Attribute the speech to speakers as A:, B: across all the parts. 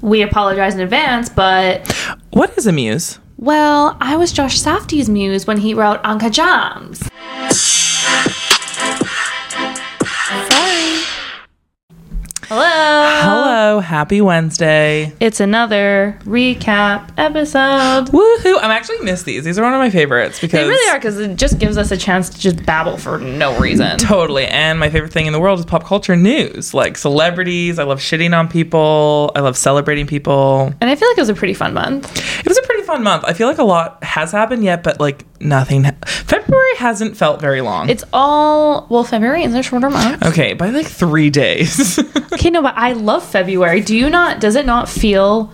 A: we apologize in advance, but
B: What is a muse?
A: well, I was Josh Safdie's muse when he wrote Anka Jams. Sorry.
B: Uh,
A: Hello.
B: Hello, happy Wednesday.
A: It's another recap episode.
B: Woohoo! I'm actually miss these. These are one of my favorites because
A: They really are because it just gives us a chance to just babble for no reason.
B: Totally. And my favorite thing in the world is pop culture news, like celebrities. I love shitting on people. I love celebrating people.
A: And I feel like it was a pretty fun month.
B: It was a pretty fun month. I feel like a lot has happened yet, but like nothing. ha- February hasn't felt very long.
A: It's all well, February is a shorter month.
B: okay, by like three days.
A: Okay, no, but I love February. Do you not? Does it not feel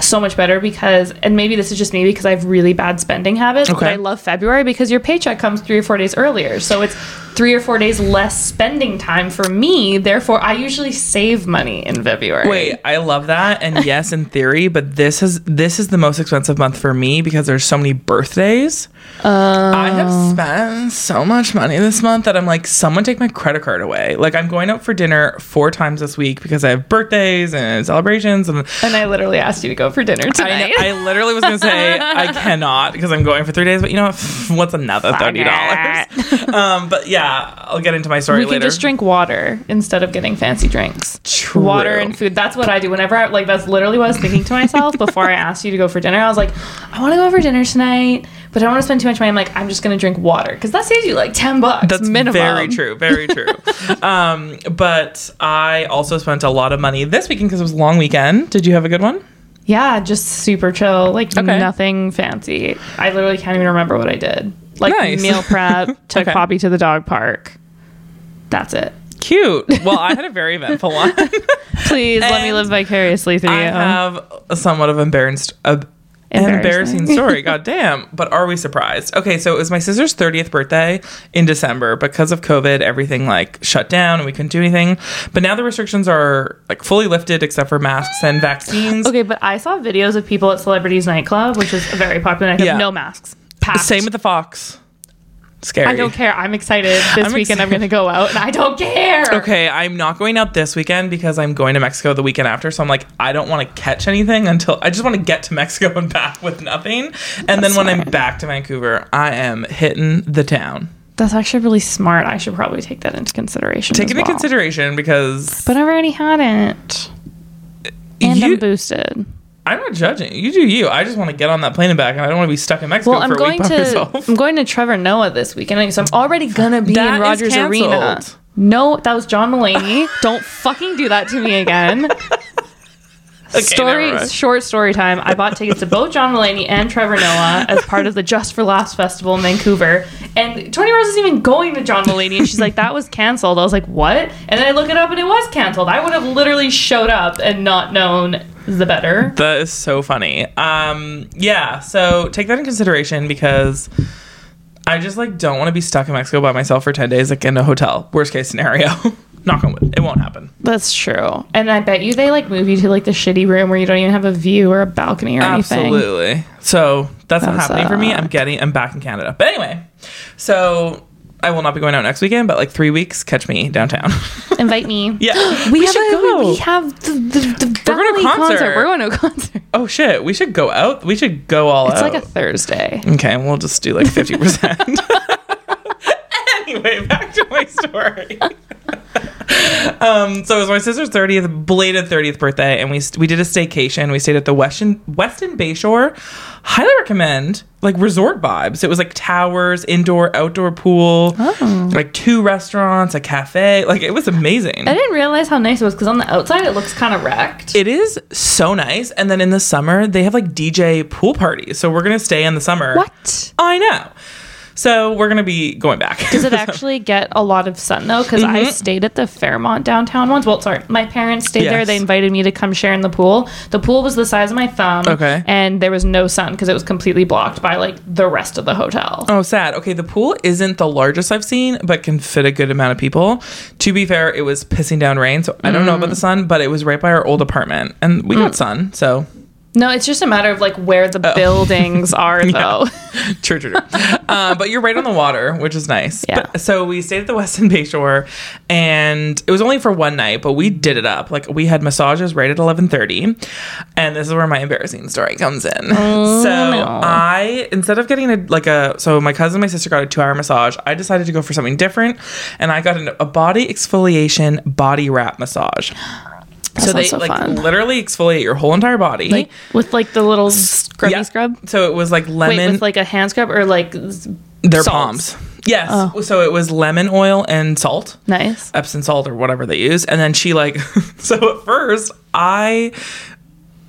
A: so much better because? And maybe this is just me because I have really bad spending habits. But
B: Okay.
A: I love February because your paycheck comes three or four days earlier, so it's three or four days less spending time for me. Therefore, I usually save money in February.
B: Wait, I love that. And yes, in theory, but this is this is the most expensive month for me because there's so many birthdays. I
A: Oh.
B: have spent so much money this month that I'm like, someone take my credit card away. Like I'm going out for dinner four times this week because I have birthdays and celebrations and
A: and I literally asked you to go for dinner
B: I,
A: tonight.
B: I literally was gonna say I cannot because I'm going for three days, but you know what? what's another thirty dollars? Um, but yeah, I'll get into my story
A: we
B: later.
A: can just drink water instead of getting fancy drinks.
B: True.
A: Water and food. That's what I do. Whenever I like, that's literally what I was thinking to myself before I asked you to go for dinner. I was like, I want to go for dinner tonight, but I don't want to spend too much money. I'm like, I'm just gonna drink water because that saves you like ten bucks.
B: That's
A: minimum.
B: very true. Very true. um, but I also spent a lot of money this weekend because it was a long weekend. Did you have a good one?
A: Yeah, just super chill. Like
B: Okay.
A: nothing fancy. I literally can't even remember what I did. Like
B: Nice.
A: meal prep. Took
B: Okay.
A: Poppy to the dog park. That's it.
B: Cute. Well, I had a very eventful one.
A: Please let me
B: And
A: live vicariously through
B: I
A: you.
B: have a somewhat of embarrassed. Uh, an
A: Embarrassing.
B: embarrassing story, god damn. But are we surprised? Okay, so it was my sister's 30th birthday in December. Because of COVID, everything like shut down and we couldn't do anything. But now the restrictions are like fully lifted except for masks and vaccines.
A: Okay, but I saw videos of people at Celebrities Nightclub, which is a very popular nightclub.
B: Yeah.
A: No masks. Packed.
B: Same with the Fox. Scary.
A: I don't care. I'm excited. This
B: I'm
A: weekend I'm going to go out and I don't care.
B: Okay, I'm not going out this weekend because I'm going to Mexico the weekend after. So I'm like, I don't want to catch anything until I just want to get to Mexico and back with nothing. And then when I'm back to Vancouver, I am hitting the town.
A: That's actually really smart. I should probably take that into consideration.
B: Take
A: as
B: into
A: well.
B: consideration because
A: But I've already had it. And I'm
B: you,
A: boosted.
B: I'm not judging. You do you. I just want to get on that plane and back, and I don't want to be stuck in Mexico
A: Well, I'm
B: for a
A: going
B: week by
A: to
B: myself.
A: I'm going to Trevor Noah this weekend, so I'm already gonna be
B: That
A: in
B: is
A: Rogers Arena.
B: canceled.
A: No, that was John Mulaney. don't fucking do that to me again.
B: Okay, never
A: story
B: mind.
A: short story time i bought tickets to both john mulaney and trevor noah as part of the just for laughs festival in vancouver and tony rose isn't even going to john mulaney and she's like that was canceled i was like what and then i look it up and it was canceled i would have literally showed up and not known the better
B: That is so funny. Um, yeah, so take that in consideration because I just like don't want to be stuck in Mexico by myself for ten days, like in a hotel. Worst case scenario. Knock on wood. It won't happen.
A: that's true and i bet you they like move you to like the shitty room where you don't even have a view or a balcony or anything
B: Absolutely. So that's not
A: That's uh,
B: happening for me.
A: sad.
B: I'm getting I'm back in Canada. But anyway, so I will not be going out next weekend, but like three weeks, catch me downtown.
A: invite me
B: yeah.
A: we, have
B: should
A: a, we-
B: go.
A: we have the, the, the
B: We're going
A: family
B: to concert.
A: we're going to a concert
B: oh shit. We should go out. We should go all
A: it's
B: out.
A: like a thursday
B: Okay, we'll just do like 50%. anyway, back to my story. um, so it was my sister's 30th, belated 30th birthday, and we we did a staycation. We stayed at the Weston, Weston Bayshore. Highly recommend, like resort vibes. It was like towers, indoor, outdoor pool, like two restaurants, a cafe. Like it was amazing.
A: I didn't realize how nice it was because on the outside it looks kind of wrecked.
B: It is so nice. And then in the summer, they have like DJ pool parties. So we're going to stay in the summer.
A: what?
B: I know. So we're gonna be going back.
A: Does it actually get a lot of sun though? Because I stayed at the Fairmont downtown once. Well, sorry, my parents stayed there.
B: Yes.
A: They invited me to come share in the pool. The pool was the size of my thumb.
B: Okay.
A: And there was no sun because it was completely blocked by like the rest of the hotel.
B: oh, sad. Okay, the pool isn't the largest I've seen, but can fit a good amount of people. To be fair, it
A: Mm.
B: was pissing down rain, so I don't know about the sun, but it was right by our old apartment, and we got sun. So
A: No, it's just a matter of like where the buildings are, though.
B: True, true, true. uh, but you're right on the water, which is nice.
A: Yeah.
B: But- so we stayed at the Weston Bay Shore, and it was only for one night, but we did it up. Like we had massages right at 11:30, and this is where my embarrassing story comes in. so
A: Oh, no.
B: I, instead of getting a like a, so my cousin, and my sister got a two-hour massage. I decided to go for something different, and I got an, a body exfoliation body wrap massage. so they
A: sounds so
B: like
A: fun.
B: literally exfoliate your whole entire body.
A: Like with like the little scrubby
B: Yeah.
A: scrub.
B: So it was like lemon.
A: Wait, with like a hand scrub or like
B: Their
A: salts.
B: palms. Yes.
A: Oh.
B: So it was lemon oil and salt,
A: nice.
B: Epsom salt or whatever they use. And then she like, so at first I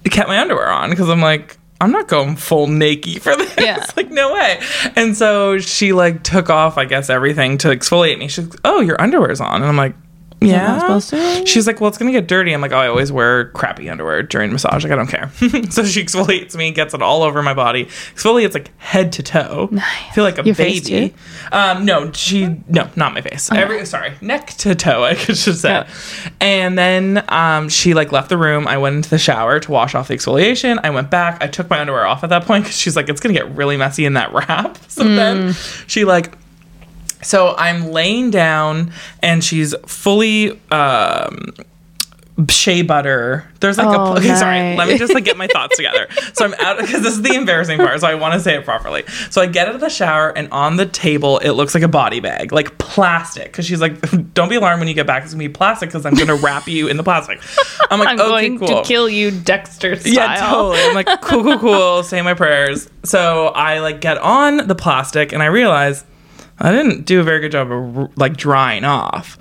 B: kept my underwear on because I'm like, I'm not going full naked for this.
A: Yeah.
B: like no way. And so she like took off, I guess, everything to exfoliate me. She's like, oh, your underwear's on, and I'm like.
A: that
B: Yeah.
A: supposed to?
B: She's like, well, it's gonna get dirty. I'm like, oh, I always wear crappy underwear during massage. Like, I don't care. so she exfoliates me, gets it all over my body. Exfoliates like head to toe. Nice. feel like a
A: Your
B: baby.
A: face too?
B: Um, no, she no, not my face. Every sorry, neck to toe. I could just say. And then um, she like left the room. I went into the shower to wash off the exfoliation. I went back. I took my underwear off at that point because she's like, it's gonna get really messy in that wrap. So then
A: Mm.
B: she like. So I'm laying down and she's fully um, shea butter. There's like
A: Oh,
B: a okay, sorry.
A: nice.
B: Let me just like get my thoughts together. So I'm out because this is the embarrassing part. So I want to say it properly. So I get out of the shower and on the table it looks like a body bag, like plastic. Because she's like, "Don't be alarmed when you get back. It's gonna be plastic because I'm gonna wrap you in the plastic." I'm like,
A: I'm
B: "Okay,
A: going
B: cool."
A: to kill you, Dexter style.
B: Yeah, totally. I'm like, cool, cool, cool. Say my prayers. So I like get on the plastic and I realize I didn't do a very good job of like drying off.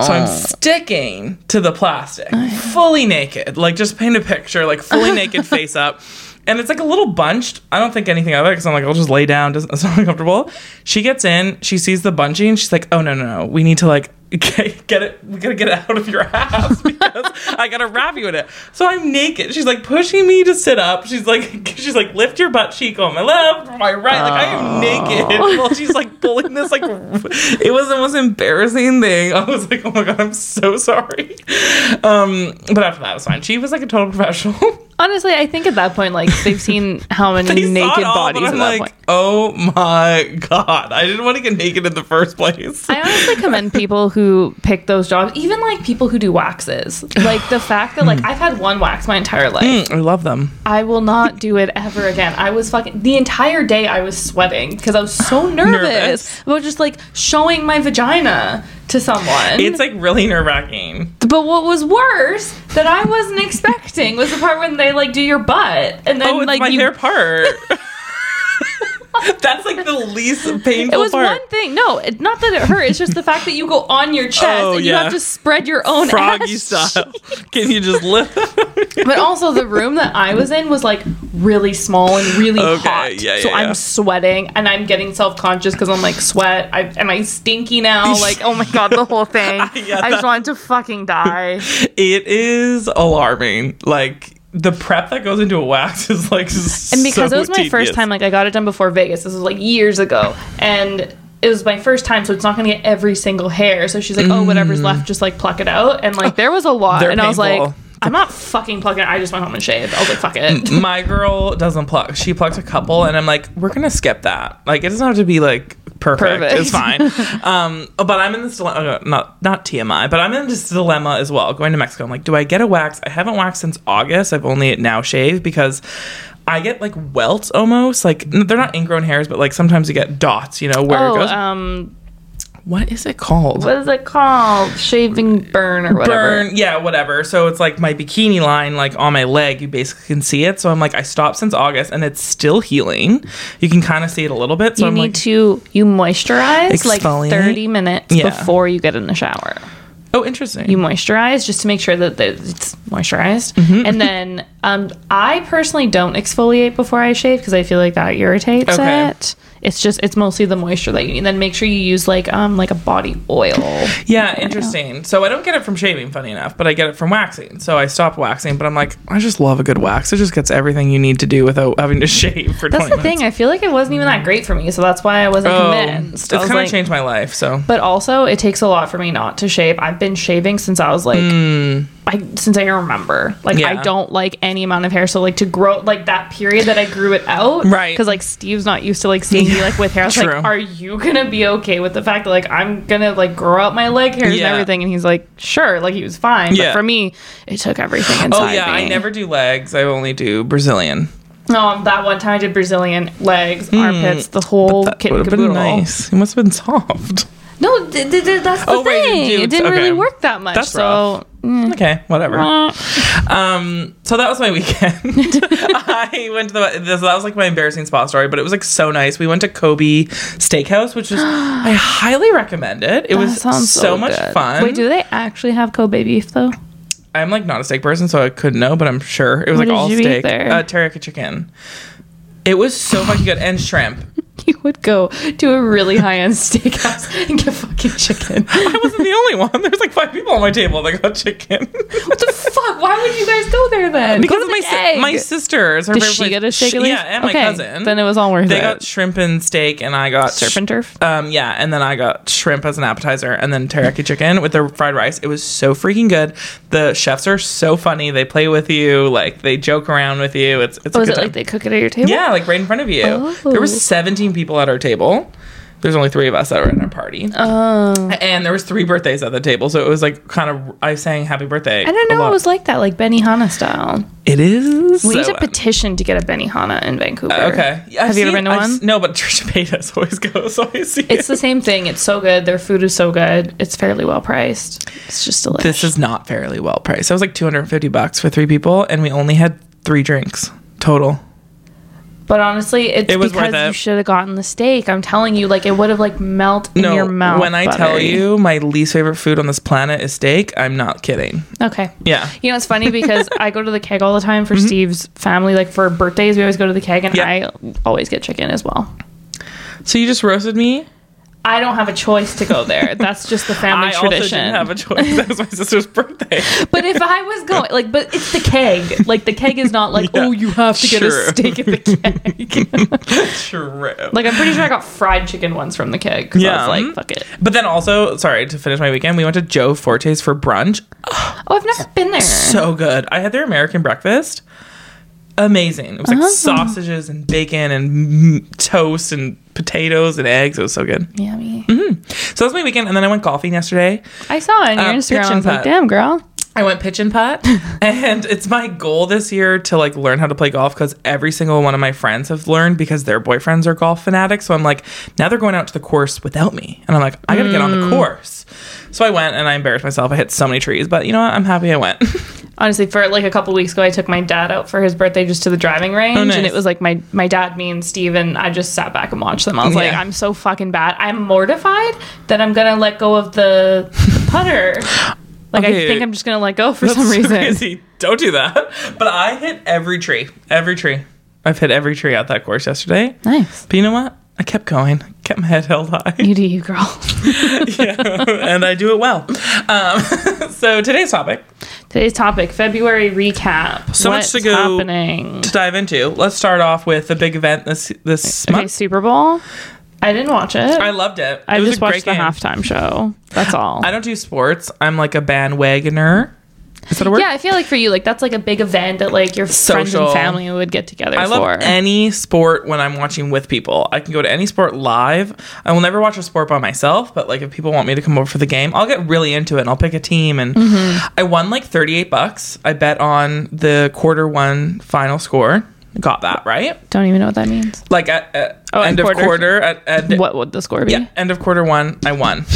B: So I'm sticking to the plastic, fully naked. Like just paint a picture, like fully naked, face up. And it's like a little bunched. I don't think anything of it because I'm like, I'll just lay down. Doesn't it's not uncomfortable. She gets in, she sees the bunching, and she's like, oh no, no, no. We need to like get, get it. We gotta get it out of your ass because I gotta wrap you in it. So I'm naked. She's like pushing me to sit up. She's like, she's like, lift your butt cheek on my left, on my right. Like I am naked. Well, she's like pulling this. Like it was the most embarrassing thing. I was like, oh my god, I'm so sorry. Um, but after that, it was fine. She was like a total professional.
A: Honestly, I think at that point, like they've seen how many
B: They saw
A: naked
B: it all,
A: bodies at
B: but I'm
A: that
B: like,
A: point.
B: oh my god, I didn't want to get naked in the first place.
A: I honestly commend people who pick those jobs, even like people who do waxes. Like the fact that
B: Mm.
A: like I've had one wax my entire life.
B: I love them.
A: I will not do it ever again. I was fucking the entire day I was sweating because I was so nervous,
B: Nervous.
A: about just like showing my vagina to someone.
B: It's like really nerve wracking.
A: but what was worse that I wasn't expecting was the part when they like do your butt and then
B: Oh, it's
A: like
B: my
A: you
B: favorite part. That's like the least painful
A: it was
B: part.
A: one thing. No, it, not that it hurt. It's just the fact that you go on your chest
B: Oh,
A: and you
B: yeah.
A: have to spread your own
B: Froggy
A: ass
B: style. Can you just lift?
A: But also, the room that I was in was like really small and really
B: Okay,
A: hot.
B: yeah, yeah,
A: so
B: yeah.
A: I'm sweating and I'm getting self conscious because I'm like, sweat. I, am I stinky now? Like, oh my God, the whole thing. I,
B: get that.
A: just wanted to fucking die.
B: it is alarming. Like the prep that goes into a wax is like.
A: And because
B: so
A: it was my first
B: tedious.
A: time, like, I got it done before Vegas. This was like years ago. And it was my first time, so it's not going to get every single hair. So she's like, oh, whatever's left, just like pluck it out. And like, Oh, there was a lot.
B: They're
A: And I was like,
B: painful.
A: I'm not fucking plucking it. I just went home and shaved. I was like, fuck it.
B: my girl doesn't pluck. She plucks a couple, and I'm like, we're gonna skip that. Like, it doesn't have to be like perfect.
A: Perfect.
B: It's fine. um, but I'm in this dilemma. Not not TMI, but I'm in this dilemma as well. Going to Mexico, I'm like, do I get a wax? I haven't waxed since August. I've only now shaved because. I get like welts almost, like n- they're not ingrown hairs, but like sometimes you get dots, you know, where it
A: Oh,
B: goes.
A: um,
B: what is it called?
A: what is it called? Shaving burn or whatever.
B: burn yeah whatever so it's like my bikini line like on my leg you basically can see it so i'm like i stopped since august and it's still healing you can kind of see it a little bit so
A: You
B: i'm
A: need
B: like
A: to you moisturize like
B: Exfoliate?
A: 30 minutes
B: Yeah.
A: before you get in the shower.
B: oh interesting
A: You moisturize just to make sure that that it's moisturized.
B: Mm-hmm.
A: And then um, I personally don't exfoliate before I shave because I feel like that irritates
B: Okay.
A: it. It's just it's mostly the moisture that you need. Then make sure you use like um like a body oil.
B: yeah interesting so i don't get it from shaving funny enough but i get it from waxing so i stopped waxing but i'm like i just love a good wax it just gets everything you need to do without having to shave for
A: That's
B: 20
A: the
B: minutes
A: thing. I feel like it wasn't even that great for me, so that's why I wasn't
B: Oh,
A: convinced.
B: it's
A: I
B: kind
A: was
B: of
A: like-
B: changed my life so
A: But also, it takes a lot for me not to shave. I've been shaving since I was like I since I remember. Like
B: Hmm. Yeah.
A: I don't like any amount of hair. So like to grow like that period that I grew it out.
B: Right.
A: Because like Steve's not used to like seeing me like with hair. I was
B: True.
A: like, are you gonna be okay with the fact that like I'm gonna like grow out my leg hairs
B: Yeah.
A: and everything? And he's like, sure, like he was fine.
B: Yeah.
A: But for me, it took everything inside.
B: Oh yeah, I
A: me.
B: never do legs. I only do Brazilian.
A: No, um, that one time I did Brazilian legs, armpits, the whole
B: Hmm. That
A: kit
B: would
A: and
B: have been
A: caboodle.
B: nice. It must have been soft.
A: No, th- th- th- that's the
B: Oh, wait,
A: thing.
B: dude,
A: it didn't
B: okay.
A: really work that much.
B: That's
A: so
B: Okay, whatever.
A: eh.
B: Um, so that was my weekend. I went to the this, that was like my embarrassing spa story, but it was like so nice. We went to Kobe Steakhouse, which was I highly recommend it. It was so,
A: sounds
B: much
A: good.
B: fun.
A: Wait, do they actually have Kobe beef though?
B: I'm like not a steak person, so I couldn't know, but I'm sure it was
A: What
B: like
A: did
B: all
A: you eat
B: steak,
A: there?
B: uh, teriyaki chicken. It was so fucking good and shrimp.
A: You would go to a really high end steakhouse and get fucking chicken.
B: I wasn't the only one. There's like five people on my table that got chicken.
A: what the fuck? Why would you guys go there then? Go
B: because
A: to
B: my
A: Big
B: si-
A: Egg.
B: my sister is her
A: Did
B: favorite
A: she
B: place.
A: get a steak?
B: She-
A: at least?
B: yeah, and my
A: Okay,
B: cousin.
A: Then it was all worth
B: they
A: it.
B: got shrimp and steak, and I got
A: Surf and turf.
B: Um, yeah, and then I got shrimp as an appetizer, and then teriyaki chicken with their fried rice. It was so freaking good. The chefs are so funny. They play with you, like they joke around with you. It's it's a
A: Was
B: good
A: Oh, it
B: time.
A: like they cook it at your table?
B: yeah, like right in front of you. There were
A: Oh.
B: seventeen people at our table. There's only three of us that were in our party,
A: Oh.
B: and there was three birthdays at the table, so it was like kind of I sang happy birthday.
A: I don't know. It was like that, like Benihana style.
B: It is.
A: We
B: so
A: need to
B: un-
A: petition to get a Benihana in Vancouver.
B: Okay.
A: Have you ever been to
B: I've
A: one?
B: s- No, but Trisha Paytas always goes. So I see
A: It's
B: it.
A: the same thing. It's so good. Their food is so good. It's fairly well priced. It's just delicious.
B: This is not fairly well priced. It was like 250 bucks for three people, and we only had three drinks total.
A: but honestly, it's
B: It was worth
A: because you
B: it.
A: should have gotten the steak. I'm telling you, like it would have like melt in
B: no,
A: your mouth.
B: when I tell
A: buttery.
B: you my least favorite food on this planet is steak, I'm not kidding.
A: okay.
B: Yeah.
A: You know, it's funny because I go to the keg all the time for Steve's family. Like for birthdays, we always go to the keg, and
B: Mm-hmm. Yeah.
A: I always get chicken as well.
B: So you just roasted me.
A: I don't have a choice to go there. That's just the family
B: I
A: tradition.
B: also didn't have a choice. That was my sister's birthday.
A: But if I was going, like, but it's the keg. Like, the keg is not like,
B: Yeah,
A: oh, you have to get
B: true.
A: a steak at the keg.
B: True.
A: like, I'm pretty sure I got fried chicken once from the keg. 'cause
B: Yeah. Mm-hmm.
A: I was like, fuck it.
B: but then also, sorry to finish my weekend, we went to Joe Forte's for brunch.
A: Oh, I've never been there.
B: so good. I had their American breakfast. Amazing. It was like sausages and bacon and mm, toast and potatoes and eggs. It was so good.
A: Yummy.
B: So that was my weekend. And then I went golfing yesterday.
A: I saw on your
B: Uh, pitch
A: Instagram. I
B: and
A: was like,
B: putt.
A: damn, girl.
B: I went pitch and putt. and it's my goal this year to like learn how to play golf because every single one of my friends have learned because their boyfriends are golf fanatics. So I'm like, now they're going out to the course without me. And I'm like, I got to get on the course. So I went and I embarrassed myself. I hit so many trees, but you know what? I'm happy I went.
A: Honestly, for like a couple weeks ago, I took my dad out for his birthday just to the driving range,
B: Oh, nice.
A: and it was like my my dad, me, and Steve, and I just sat back and watched them. I was like,
B: Yeah.
A: I'm so fucking bad. I'm mortified that I'm gonna let go of the, the putter. Like,
B: Okay.
A: I think I'm just gonna let go for
B: That's
A: some
B: so
A: reason.
B: crazy. Don't do that. But I hit every tree. Every tree. I've hit every tree out that course yesterday.
A: Nice.
B: But you know what? I kept going. Kept my head held high.
A: You do you, girl.
B: yeah. and I do it well. Um, so today's topic
A: Today's topic: February recap.
B: So much
A: What's
B: to go-
A: happening.
B: to dive into. Let's start off with the big event this this
A: Okay,
B: month.
A: Super Bowl. I didn't watch it.
B: I
A: I,
B: loved it. it was
A: just
B: a great
A: watched the
B: game.
A: halftime show. That's all.
B: I don't do sports. I'm like a bandwagoner. Is that a word?
A: yeah, I feel like for you, like that's like a big event that like your friends
B: Social.
A: and family would get together
B: I love
A: for.
B: any sport when I'm watching with people. I can go to any sport live. I will never watch a sport by myself, but like if people want me to come over for the game, I'll get really into it and I'll pick a team and
A: Mm-hmm.
B: I won like 38 bucks. I bet on the quarter 1 final score. Got that, right?
A: don't even know what that means.
B: Like at, at
A: Oh, at
B: end of
A: quarter.
B: quarter at, at
A: What would the score be?
B: yeah, end of quarter 1, I won.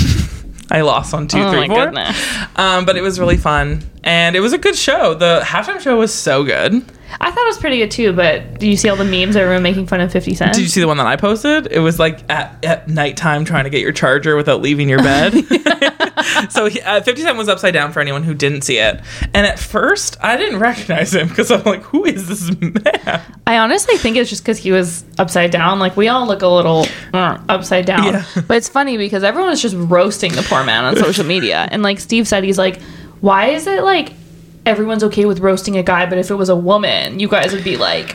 B: I lost on two,
A: Oh my
B: three, four.
A: goodness!
B: Um, but it was really fun, and it was a good show. The halftime show was so good.
A: I thought it was pretty good too, but do you see all the memes everyone making fun of Fifty Cent?
B: Did you see the one that I posted? It was like at, at nighttime trying to get your charger without leaving your bed. so he, uh, 50 Cent was upside down for anyone who didn't see it. And at first, I didn't recognize him because I'm like, who is this man?
A: I honestly think it's just because he was upside down. Like we all look a little uh, upside down.
B: Yeah.
A: But it's funny because everyone was just roasting the poor man on social media, and like Steve said, he's like, "Why is it like everyone's okay with roasting a guy, but if it was a woman, you guys would be like."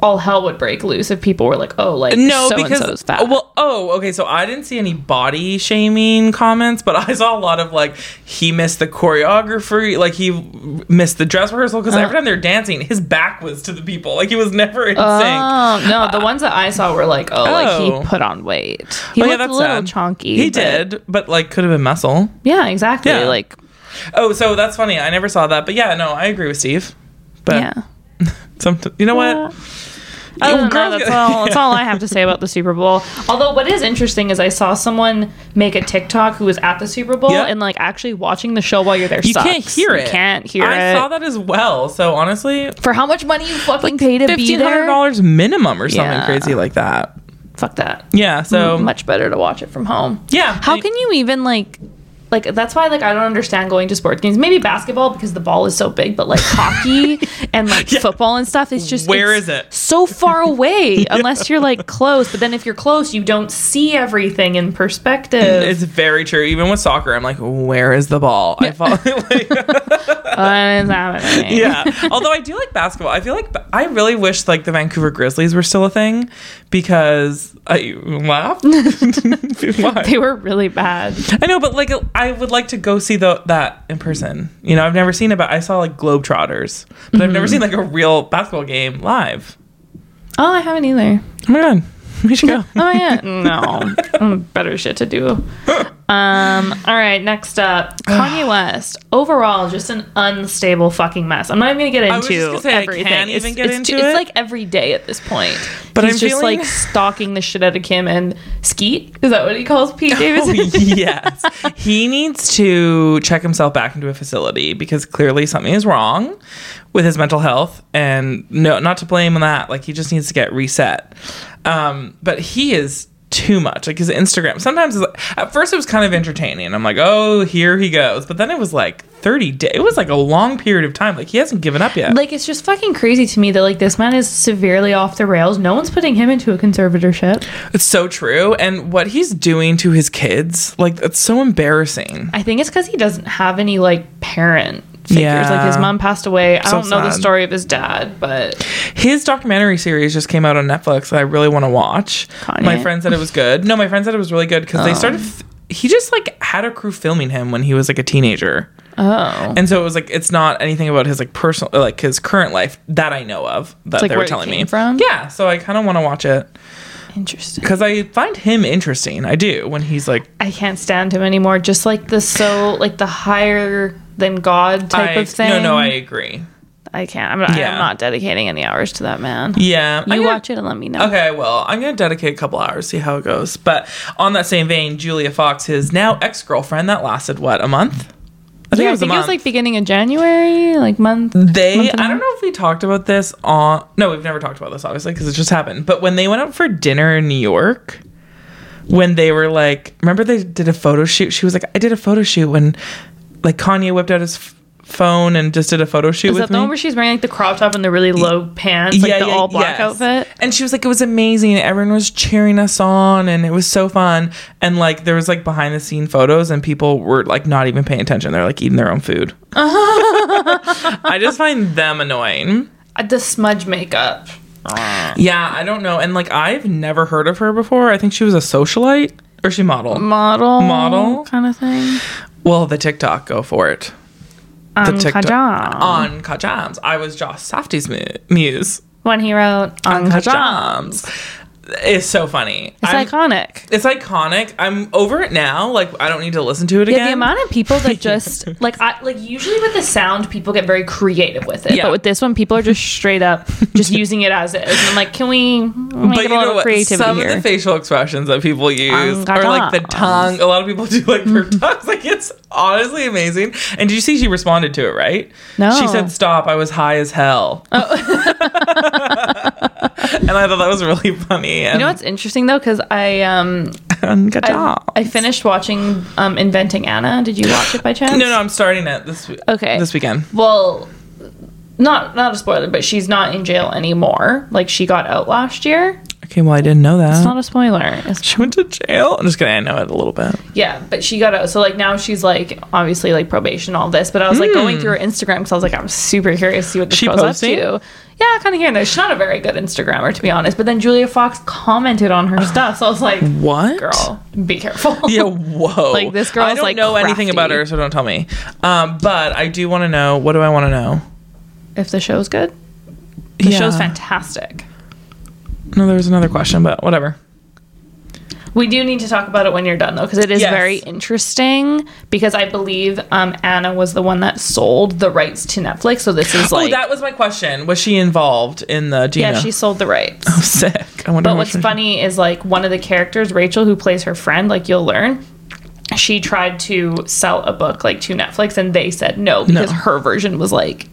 A: all hell would break loose if people were like, "Oh, like
B: No,
A: so and
B: because
A: so's fat."
B: well, oh, okay. So I didn't see any body shaming comments, but I saw a lot of like he missed the choreographer, like he missed the dress rehearsal
A: Uh.
B: because every time they're dancing, his back was to the people, like he was never in sync.
A: Oh no, the ones that I saw were like, "Oh,
B: uh, Oh.
A: like he put on weight. He
B: Oh,
A: looked a little
B: sad.
A: chonky."
B: He
A: but-
B: did, but like could have been muscle.
A: Yeah, exactly.
B: Yeah.
A: Like,
B: Oh, so that's funny. I never saw that, but yeah, no, I agree with Steve. But
A: yeah.
B: some, you know
A: Yeah.
B: what?
A: I
B: Oh,
A: don't know.
B: girls
A: That's
B: get-
A: all. That's all I have to say about the Super Bowl. Although, what is interesting is I saw someone make a TikTok who was at the Super Bowl
B: Yeah.
A: and like actually watching the show while you're there.
B: You can't
A: sucks.
B: hear it.
A: You can't hear
B: I
A: it.
B: saw that as well. So honestly,
A: For how much money you fucking pay to be
B: fifteen hundred
A: there?
B: dollars minimum or something
A: Yeah.
B: crazy like that.
A: Fuck that.
B: Yeah. So
A: Much better to watch it from home.
B: yeah.
A: How
B: I-
A: can you even like? Like that's why like I don't understand going to sports games. Maybe basketball because the ball is so big, but like hockey and like football and stuff is just
B: Where
A: it's
B: is it?
A: So far away, unless you're like close. But then if you're close, you don't see everything in perspective.
B: It's very true. Even with soccer, I'm like, where is the ball? I fall. like,
A: Uh, it's happening.
B: yeah. Although I do like basketball. I feel like I really wish like the Vancouver Grizzlies were still a thing because I laughed. Why?
A: They were really bad.
B: I know, but like I would like to go see the, that in person. You know, I've never seen about. I saw like Globetrotters, but I've never seen like a real basketball game live.
A: Oh, I haven't either.
B: Oh my god, we should go.
A: Oh yeah, no, Mm, better shit to do. Um, all right, next up, Kanye West. Overall, just an unstable fucking mess. I'm not even gonna get into
B: was just gonna say, I
A: everything.
B: can't
A: it's,
B: even get
A: it's,
B: into
A: it's
B: it.
A: like every day at this point.
B: But
A: he's
B: I'm
A: just
B: feeling-
A: like stalking the shit out of Kim and Skeet. Is that what he calls Pete
B: Oh,
A: Davidson?
B: yes. He needs to check himself back into a facility because clearly something is wrong with his mental health and no not to blame on that. Like he just needs to get reset. Um but he is too much. Like his Instagram. Sometimes it's like, at first it was kind of entertaining. I'm like, "Oh, here he goes." But then it was like 30 days. It was like a long period of time. Like he hasn't given up yet.
A: Like it's just fucking crazy to me that like this man is severely off the rails. No one's putting him into a conservatorship.
B: it's so true. And what he's doing to his kids, like it's so embarrassing.
A: I think it's because he doesn't have any like parent figures.
B: Yeah.
A: Like his mom passed away. I
B: So
A: don't know the
B: sad.
A: story of his dad, but
B: His documentary series just came out on Netflix that I really want to watch.
A: Kanye? Oh.
B: My friend said it was good. No, my friend said it was really good because they started. F- he just like had a crew filming him when he was like a teenager,
A: oh,
B: and so it was like it's not anything about his like personal like his current life that I know of that
A: like
B: they
A: where
B: were
A: it
B: telling
A: came
B: me
A: from?
B: Yeah, so I kind of want to watch it
A: interesting.
B: because I find him interesting. I do when he's like
A: I can't stand him anymore. Just like the so like the higher than God type
B: I-
A: of thing.
B: No, no, I agree.
A: I can't. I'm not, I-
B: Yeah.
A: I'm not dedicating any hours to that man.
B: Yeah,
A: You watch it and let me know.
B: Okay, well, I'm going to dedicate a couple hours, see how it goes. But on that same vein, Julia Fox, his now ex girlfriend, that lasted what, a month? I think
A: Yeah,
B: it
A: I think
B: was a
A: it
B: month.
A: was like beginning of January, like month.
B: they,
A: month and a
B: I don't
A: half.
B: know if we talked about this on. No, we've never talked about this, obviously, because it just happened. But when they went out for dinner in New York, when they were like, remember they did a photo shoot? She was like, I did a photo shoot when like Kanye whipped out his f- phone and just did a photo shoot
A: Is
B: with
A: that the
B: me.
A: one where she's wearing like the crop top and the really low pants, like the all black
B: yes.
A: outfit?
B: And she was like, it was amazing. Everyone was cheering us on, and it was so fun. And like, there was like behind the scene photos, and people were like not even paying attention. They're like eating their own food. I just find them annoying.
A: Uh, The smudge makeup.
B: Yeah, I don't know. And like, I've never heard of her before. I think she was a socialite or she
A: Mm.
B: modeled.
A: model
B: Model?
A: kind of thing.
B: Well, the TikTok, go for it.
A: The
B: TikTok-
A: Kajam.
B: On Kajams, I was Josh Safdie's mu- muse.
A: when he wrote on Kajam.
B: Kajams. It's so funny.
A: It's
B: I'm-
A: iconic.
B: It's iconic. I'm over it now. Like I don't need to listen to it
A: Yeah,
B: again.
A: the amount of people that just like I like usually with the sound people get very creative with it.
B: Yeah.
A: But with this one people are just straight up just using it as is. And I'm like, can we make
B: but
A: it
B: you
A: a lot
B: know
A: of
B: what?
A: creativity
B: Some
A: here?
B: of the facial expressions that people use
A: Tongue
B: are like the
A: tongues.
B: tongue. A lot of people do like their
A: Mm-hmm.
B: tongues. Like it's honestly amazing. And did you see she responded to it? Right?
A: No. Oh.
B: She said, "Stop! I was high as hell." and I thought that was really funny. And
A: you know what's interesting though, because I um
B: Good
A: I,
B: job.
A: I finished watching um Inventing Anna. Did you watch it by chance?
B: no, no, I'm starting it this w-
A: Okay.
B: this weekend.
A: well not not a spoiler but she's not in jail anymore like she got out last year
B: Okay, well, I didn't know that.
A: It's not a spoiler. It's-
B: she went to jail. I'm just kidding. I know it a little bit.
A: yeah, but she got out. So like now she's like obviously like probation all this. But I was like going through her Instagram because I was like I'm super curious to see what this
B: Hmm. She
A: girl's
B: posting?
A: up to. Yeah, kind of here and there. She's not a very good Instagrammer to be honest. But then Julia Fox commented on her stuff, so I was like,
B: What?
A: girl, be careful.
B: Yeah, whoa.
A: Like, this girl
B: I
A: is,
B: don't
A: like,
B: know anything
A: crafty.
B: about her, so don't tell me. Um, but I do want to know. What do I want to know?
A: if the show's good, the
B: Yeah.
A: show's fantastic.
B: No, there was another question, but whatever.
A: We do need to talk about it when you're done, though, because it is
B: Yes.
A: very interesting. Because I believe um, Anna was the one that sold the rights to Netflix, so this is like,
B: oh, that was my question. Was she involved in the Gina?
A: yeah, she sold the rights.
B: sick. I wonder.
A: But
B: how much
A: what's
B: money-
A: funny is like one of the characters, Rachel, who plays her friend, like you'll learn, she tried to sell a book like to Netflix, and they said no because her version was like,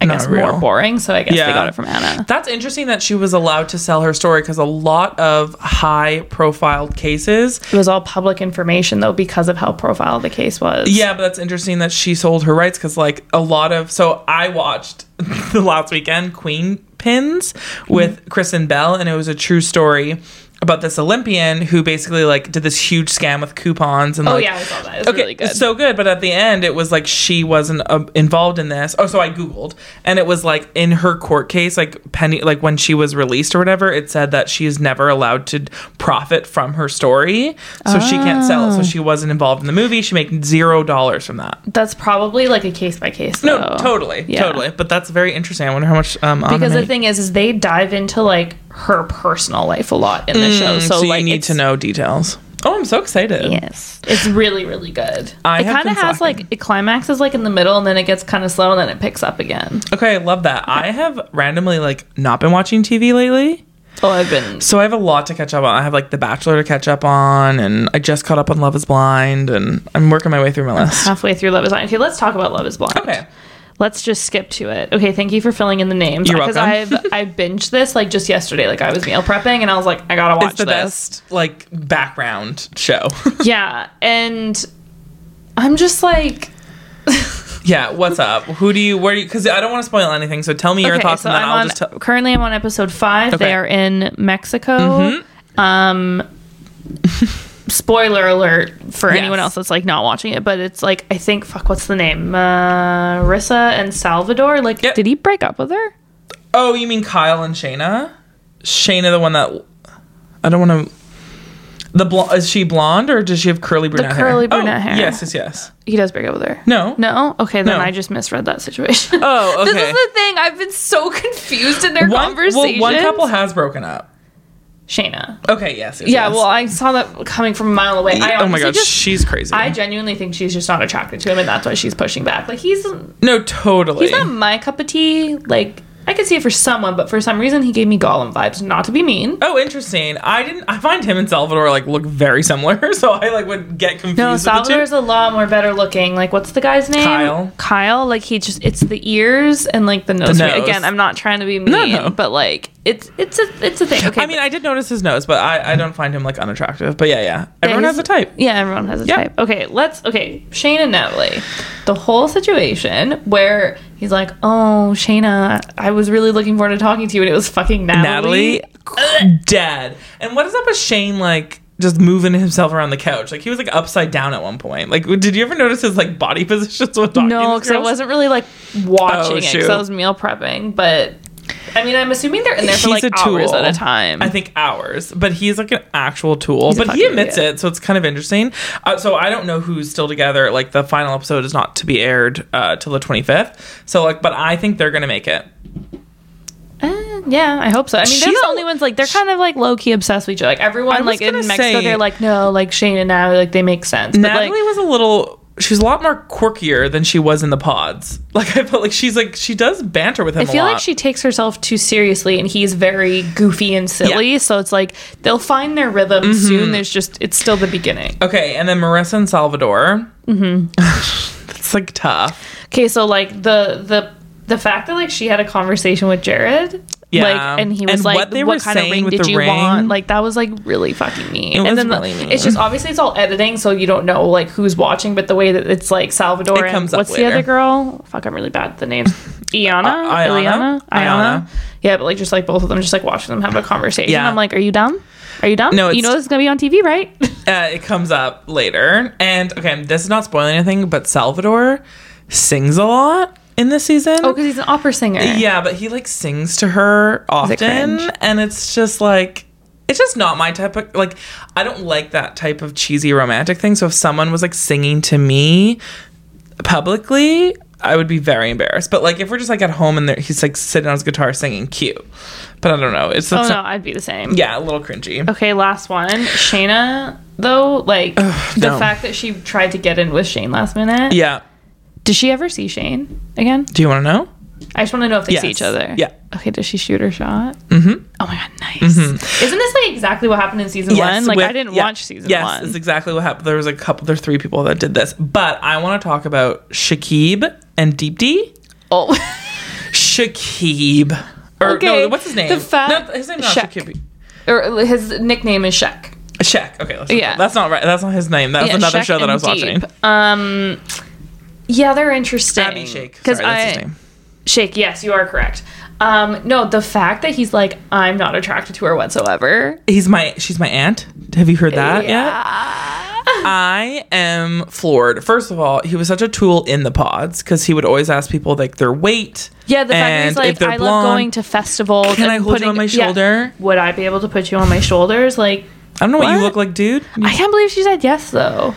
A: I
B: Not
A: guess
B: real.
A: more boring. So I guess they
B: Yeah.
A: got it from Anna.
B: That's interesting that she was allowed to sell her story because a lot of high profiled cases.
A: It was all public information though because of how profiled the case was.
B: Yeah, but that's interesting that she sold her rights because, like, a lot of. So I watched the last weekend Queen Pins with Kristen Bell, and it was a true story about this Olympian who basically like did this huge scam with coupons and
A: Oh
B: like
A: yeah, I saw that. It was
B: Okay,
A: really good.
B: it's so good, but at the end, it was like she wasn't uh, involved in this. Oh, so I googled, and it was like in her court case, like Penny, like when she was released or whatever, it said that she is never allowed to profit from her story, so she can't sell it. So she wasn't involved in the movie. She made zero dollars from that. Oh.
A: That's probably like a case by case.
B: No,
A: though.
B: totally,
A: yeah.
B: totally. But that's very interesting. I wonder how much. Um,
A: Because the thing is, is they dive into like her personal life a lot in the show.
B: Mm, so,
A: So, like,
B: you need
A: it's-
B: to know details. Oh, I'm so excited.
A: Yes, it's really really good.
B: I
A: it
B: have
A: kind of
B: been
A: has
B: slacking.
A: like it climaxes like in the middle, and then it gets kind of slow, and then it picks up again.
B: Okay, I love that. I have randomly like not been watching TV lately.
A: Oh, I've been.
B: So I have a lot to catch up on. I have like The Bachelor to catch up on, and I just caught up on Love Is Blind, and I'm working my way through my list.
A: Halfway through Love is Blind. Okay, let's talk about Love is Blind.
B: Okay.
A: Let's just skip to it. Okay, thank you for filling in the names.
B: You're
A: I've I binged this like just yesterday. Like I was meal prepping and I was like, I gotta watch
B: It's the
A: this.
B: best like background show.
A: Yeah, and I'm just like
B: yeah, what's up? Who do you? Where do you? Because I don't want to spoil anything, so tell me your thoughts, and then
A: I'm
B: I'll
A: on,
B: just. tell
A: currently I'm on episode five.
B: Okay. Mm-hmm.
A: They are in Mexico. Um, spoiler alert for
B: Yes.
A: anyone else that's like not watching it, but it's like I think fuck, what's the name? Marissa and Salvador. Like,
B: Yep.
A: did he break up with her?
B: oh, you mean Kyle and Shayna? Shayna, the one that I don't want to. The blonde is she blonde or does she have curly brunette hair?
A: curly
B: Oh,
A: brunette hair.
B: Yes, yes, yes.
A: He does break up with her.
B: No.
A: No. Okay, then
B: No.
A: I just misread that situation.
B: Oh,
A: This
B: okay.
A: is the thing. I've been so confused in their
B: One, well,
A: conversation.
B: one couple has broken up.
A: Shayna.
B: Okay, yes. yes
A: Yeah.
B: yes.
A: Well, I saw that coming from a mile away. I
B: oh my
A: honestly
B: god,
A: just
B: she's crazy.
A: I genuinely think she's just not attracted to him, and that's why she's pushing back. Like he's he's
B: no, totally.
A: not my cup of tea. Like I could see it for someone, but for some reason he gave me Gollum vibes. Not to be mean.
B: Oh, interesting. I didn't. I find him and Salvador like look very similar, so I like would get confused.
A: No,
B: with the
A: Salvador's
B: two.
A: a lot more better looking. Like what's the guy's name?
B: Kyle.
A: Kyle. Like he just it's the ears and like the nose.
B: The
A: ring.
B: nose.
A: Again, I'm not trying to be mean,
B: no.
A: but like it's it's a it's a thing. Okay.
B: I mean, I did notice his nose, but I, I don't find him like unattractive. But yeah, yeah.
A: but
B: Everyone
A: his-
B: has a type.
A: Yeah, everyone has a
B: Yeah.
A: type. Okay, let's okay, Shane and Natalie. The whole situation where he's like, Oh, Shayna, I was really looking forward to talking to you and it was fucking Natalie.
B: Natalie, dead. And what is up with Shane? Like just moving himself around the couch. Like he was like upside down at one point. Like, did you ever notice his like body positions when talking?
A: No,
B: to
A: because
B: these
A: I
B: girls?
A: wasn't really like watching
B: Oh,
A: it 'cause it because
B: shoot.
A: I was meal prepping. But I mean, I'm assuming they're in there for
B: He's
A: like
B: a
A: hours
B: tool.
A: at a time.
B: I think hours, but he's like an actual tool.
A: a
B: but he
A: fucking
B: admits
A: idiot.
B: it, so it's kind of interesting. Uh, so I don't know who's still together. Like the final episode is not to be aired uh, till the twenty fifth. So like, but I think they're gonna make it.
A: Eh, yeah, I hope so. I mean, they're
B: She's
A: the
B: a-
A: only ones like they're kind of like low key obsessed with each other. Like everyone
B: was
A: like in
B: gonna
A: Mexico,
B: say-
A: they're like, no, like Shane and Natalie, like they make sense. But
B: Natalie
A: like,
B: was a little. She was a lot more quirkier than she was in the pods. Like I felt like she's like she does banter with him.
A: I feel
B: a lot.
A: like she takes herself too seriously, and he's very goofy and silly. So it's like they'll find their rhythm
B: Mm-hmm.
A: soon. There's just it's still the beginning.
B: Okay, and then Marissa and Salvador. Mm-hmm. it's like tough.
A: Okay, so like the the the fact that like she had a conversation with Jared.
B: Yeah.
A: Like and he was
B: And
A: like,
B: what
A: "What,
B: they were
A: kind of
B: saying
A: ring
B: with
A: did
B: the
A: you want?"
B: ring.
A: Like that was like really fucking mean.
B: was
A: and then the-
B: really mean.
A: it's just obviously it's all editing, so you don't know like who's watching. But the way that it's like Salvador
B: It
A: and
B: comes up
A: what's the
B: later.
A: other girl? Fuck, I'm really bad at the names. Iana,
B: I- Iana?
A: Ileana, Iana.
B: Iana.
A: Yeah, but like just like both of them, just like watching them have a conversation.
B: Yeah.
A: I'm like, are you dumb? Are you dumb?
B: No,
A: you
B: it's-
A: know this is gonna be on TV, right?
B: Uh, it comes up later. And okay, this is not spoiling anything, but Salvador sings a lot in this season.
A: oh, because he's an opera singer.
B: Yeah, but he like sings to her
A: it
B: often,
A: cringe?
B: and it's just like it's just not my type of like I don't like that type of cheesy romantic thing. So if someone was like singing to me publicly, I would be very embarrassed. But like if we're just like at home and there- he's like sitting on his guitar singing, cute. But I don't know. It's
A: Oh
B: that's
A: no,
B: not-
A: I'd be the same.
B: yeah, a little cringy.
A: Okay, last one. Shayna, though, like the
B: no.
A: fact that she tried to get in with Shane last minute.
B: Yeah.
A: Did she ever see Shane again?
B: Do you want to know?
A: I just want to know if they see
B: Yes.
A: each other.
B: Yeah.
A: Okay, does she shoot her shot? Mm-hmm. Oh my god, nice. Isn't this like exactly what happened in season one? Like I
B: Mm-hmm. with-
A: didn't
B: yeah.
A: watch season
B: yes,
A: one.
B: it's exactly what happened. There was a couple, there were three people that did this, but I want to talk about Shakib and Deep D.
A: oh.
B: Shakib. Or
A: Okay,
B: no, what's his name?
A: the fat
B: No, his name's not
A: Shaq.
B: Shakib.
A: or uh, his nickname is Shaq.
B: Shaq. Okay, let's
A: Yeah.
B: that's not right. That's not his name. That was
A: Yeah,
B: another
A: Shaq
B: show that I was
A: and
B: watching.
A: Deep. Um, yeah, they're interesting.
B: Abby Shake. Sorry,
A: Because
B: that's
A: I
B: his name.
A: Shake. Yes, you are correct. Um, no, the fact that he's like, I'm not attracted to her whatsoever.
B: He's my. She's my aunt. Have you heard that yet?
A: yeah.
B: I am floored. First of all, he was such a tool in the pods because he would always ask people like their weight.
A: Yeah, the fact that
B: and
A: he's
B: if
A: like,
B: they're
A: I love
B: blonde,
A: going to festivals.
B: Can
A: and
B: I hold you
A: putting-
B: on my
A: Yeah.
B: shoulder?
A: Would I be able to put you on my shoulders? Like,
B: I don't know what, you
A: What?
B: look like, dude.
A: I can't believe she said yes though.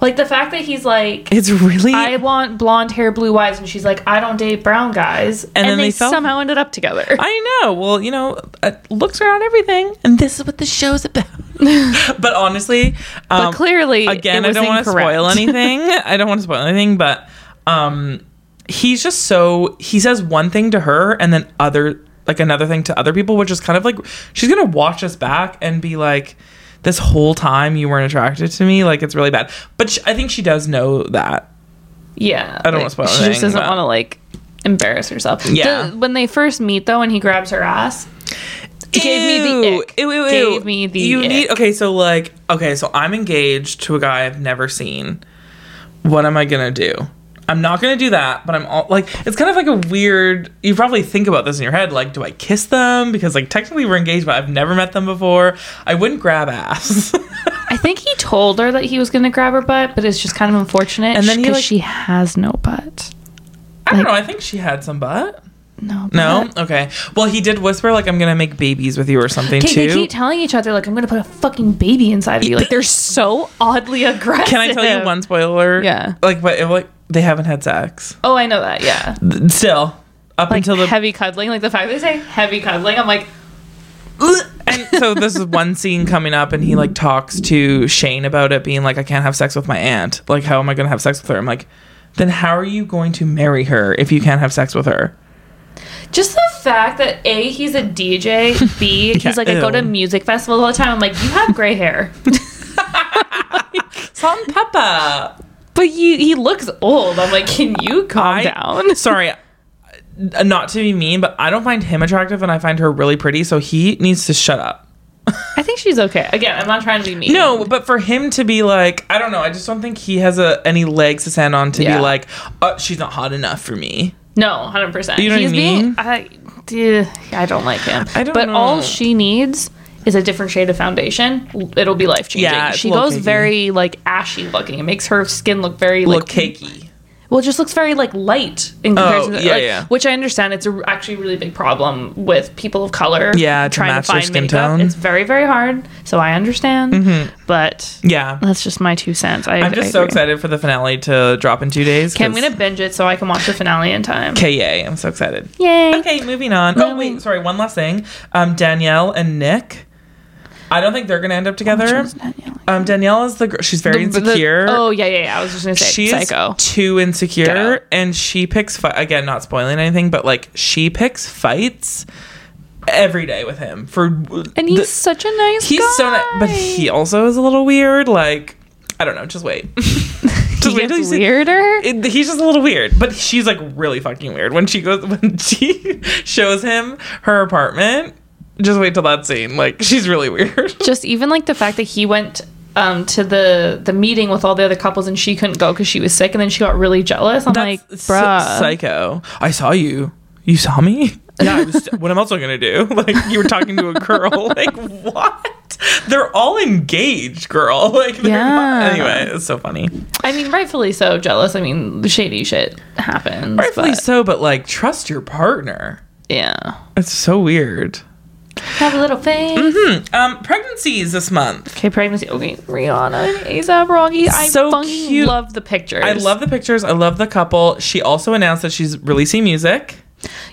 A: Like the fact that he's like,
B: It's really.
A: I want blonde hair, blue eyes, and she's like, I don't date brown guys, and,
B: then
A: they,
B: they fell-
A: somehow ended up together.
B: I know. Well, you know, uh, looks are not everything, and this is what the show's about. but honestly, um,
A: but clearly, it
B: again, I
A: was
B: don't want to
A: incorrect.
B: spoil anything. I don't want to spoil anything, but um, he's just so he says one thing to her and then other like another thing to other people, which is kind of like she's gonna watch us back and be like. This whole time you weren't attracted to me, like it's really bad. But sh I think she does know that.
A: Yeah,
B: I don't wanna
A: like,
B: spoil
A: She
B: anything,
A: just doesn't
B: but-
A: want to like embarrass herself.
B: Yeah.
A: The- when they first meet though, and he grabs her ass, gave me the
B: Ew.
A: ick.
B: Ew, ew, ew.
A: Gave me the
B: You
A: ick.
B: need okay. So like okay. So I'm engaged to a guy I've never seen. What am I gonna do? I'm not gonna do that. But I'm all like it's kind of like a weird. You probably think about this in your head. Like, do I kiss them? Because like technically we're engaged, but I've never met them before. I wouldn't grab ass.
A: I think he told her that he was going to grab her butt, but it's just kind of unfortunate.
B: And then he,
A: 'cause
B: like-
A: she has no butt.
B: I don't
A: Like- Uh-huh.
B: know. I think she had some butt.
A: No.
B: No.
A: butt.
B: Okay. Well, he did whisper like I'm gonna make babies with you or something
A: Okay, they
B: too.
A: keep telling each other like I'm gonna put a fucking baby inside of you. Like they're so oddly aggressive.
B: Can I tell you one spoiler?
A: Yeah.
B: Like, but it, like they haven't had sex.
A: Oh, I know that. Yeah,
B: Still. Up
A: like
B: until the
A: heavy cuddling. Like the fact they say heavy cuddling, I'm like,
B: and so this is one scene coming up and he like talks to Shane about it being like I can't have sex with my aunt. Like how am I going to have sex with her? I'm like then how are you going to marry her if you can't have sex with her?
A: just the fact that a he's a DJ, b he's
B: Yeah,
A: like I go to
B: ew.
A: music festivals all the time. I'm like, you have gray hair,
B: Salt and pepper.
A: but you he looks old. I'm like, can you calm
B: I-
A: down?
B: Sorry. uh, Not to be mean, but I don't find him attractive and I find her really pretty, so he needs to shut up.
A: I think she's okay. Again, I'm not trying to be mean.
B: No, but for him to be like, I don't know, I just don't think he has a, any legs to stand on to
A: Yeah.
B: be like, uh, she's not hot enough for me.
A: No, hundred percent.
B: You know what I mean?
A: I, duh, I don't like him.
B: I don't
A: But
B: know.
A: all she needs is a different shade of foundation. It'll be life changing.
B: Yeah, it's
A: she
B: a little
A: goes
B: cakey.
A: very like ashy looking. It makes her skin look very like mm-hmm.
B: Look cakey.
A: well, it just looks very like light in comparison. to,
B: yeah,
A: like,
B: yeah.
A: Which I understand. It's a, actually a really big problem with people of color.
B: Yeah, to match their skin tone.
A: It's very very hard. So I understand. But
B: Yeah.
A: that's just my two cents. I,
B: I'm
A: I
B: just so
A: agree.
B: excited for the finale to drop in two days.
A: Okay, I'm
B: 'cause
A: gonna binge it so I can watch the finale in time.
B: KA. I'm so excited.
A: Yay!
B: Okay, moving on. Oh wait, sorry. One last thing. Um, Danielle and Nick. I don't think they're gonna end up
A: Oh,
B: together. Um, Danielle is the girl. She's very
A: The- the-
B: insecure.
A: oh yeah, yeah, yeah. I was just gonna say
B: she's
A: psycho.
B: too insecure,
A: Go.
B: and she picks fi- again. Not spoiling anything, but like she picks fights every day with him for.
A: And he's such a nice.
B: he's so
A: guy.
B: ni- but he also is a little weird. Like I don't know. Just wait. just
A: He
B: till you
A: gets
B: see-
A: weirder.
B: it, he's just a little weird, but she's like really fucking weird when she goes when she shows him her apartment. Just wait till that scene. Like she's really weird.
A: just even like the fact that he went um, to the the meeting with all the other couples and she couldn't go because she was sick, and then she got really jealous. I'm like,
B: That's s-
A: bruh.
B: psycho. I saw you. You saw me. yeah, I was, what am else am I gonna do? Like you were talking to a girl. Like what? They're all engaged, girl. Like they're
A: Yeah.
B: not- anyway, it's so funny.
A: I mean, rightfully so jealous. I mean, the shady shit happens.
B: Rightfully
A: but,
B: so, but like trust your partner.
A: Yeah.
B: It's so weird.
A: Have a little face.
B: Um, pregnancies this month.
A: Okay, pregnancy. Okay, Rihanna and ASAP Rocky. I
B: So
A: fucking
B: cute.
A: love the pictures.
B: I love the pictures. I love the couple. She also announced that she's releasing music,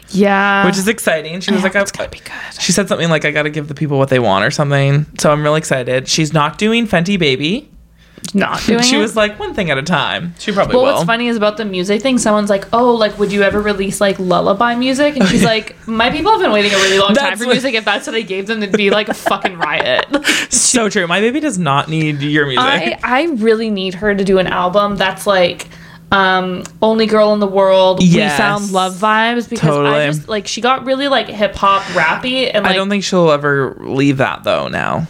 A: Yeah.
B: which is exciting. She was like,
A: Ah. it's
B: "That's
A: gonna be good.
B: She said something like, "I got to give the people what they want" or something. So I'm really excited. She's not doing Fenty Baby.
A: Not doing
B: she
A: it.
B: was like one thing at a time. She probably
A: well,
B: will.
A: what's funny is about the music thing. Someone's like, "Oh, like, would you ever release like lullaby music?" And she's like, "My people have been waiting a really long time
B: That's
A: for
B: what-
A: music. If that's what I gave them, it'd be like a fucking riot."
B: So true. My baby does not need your music.
A: I I really need her to do an album that's like um only girl in the world we
B: Yes.
A: found love vibes because i
B: Totally.
A: just like she got really like hip-hop rappy and
B: I
A: like
B: don't think she'll ever leave that though. Now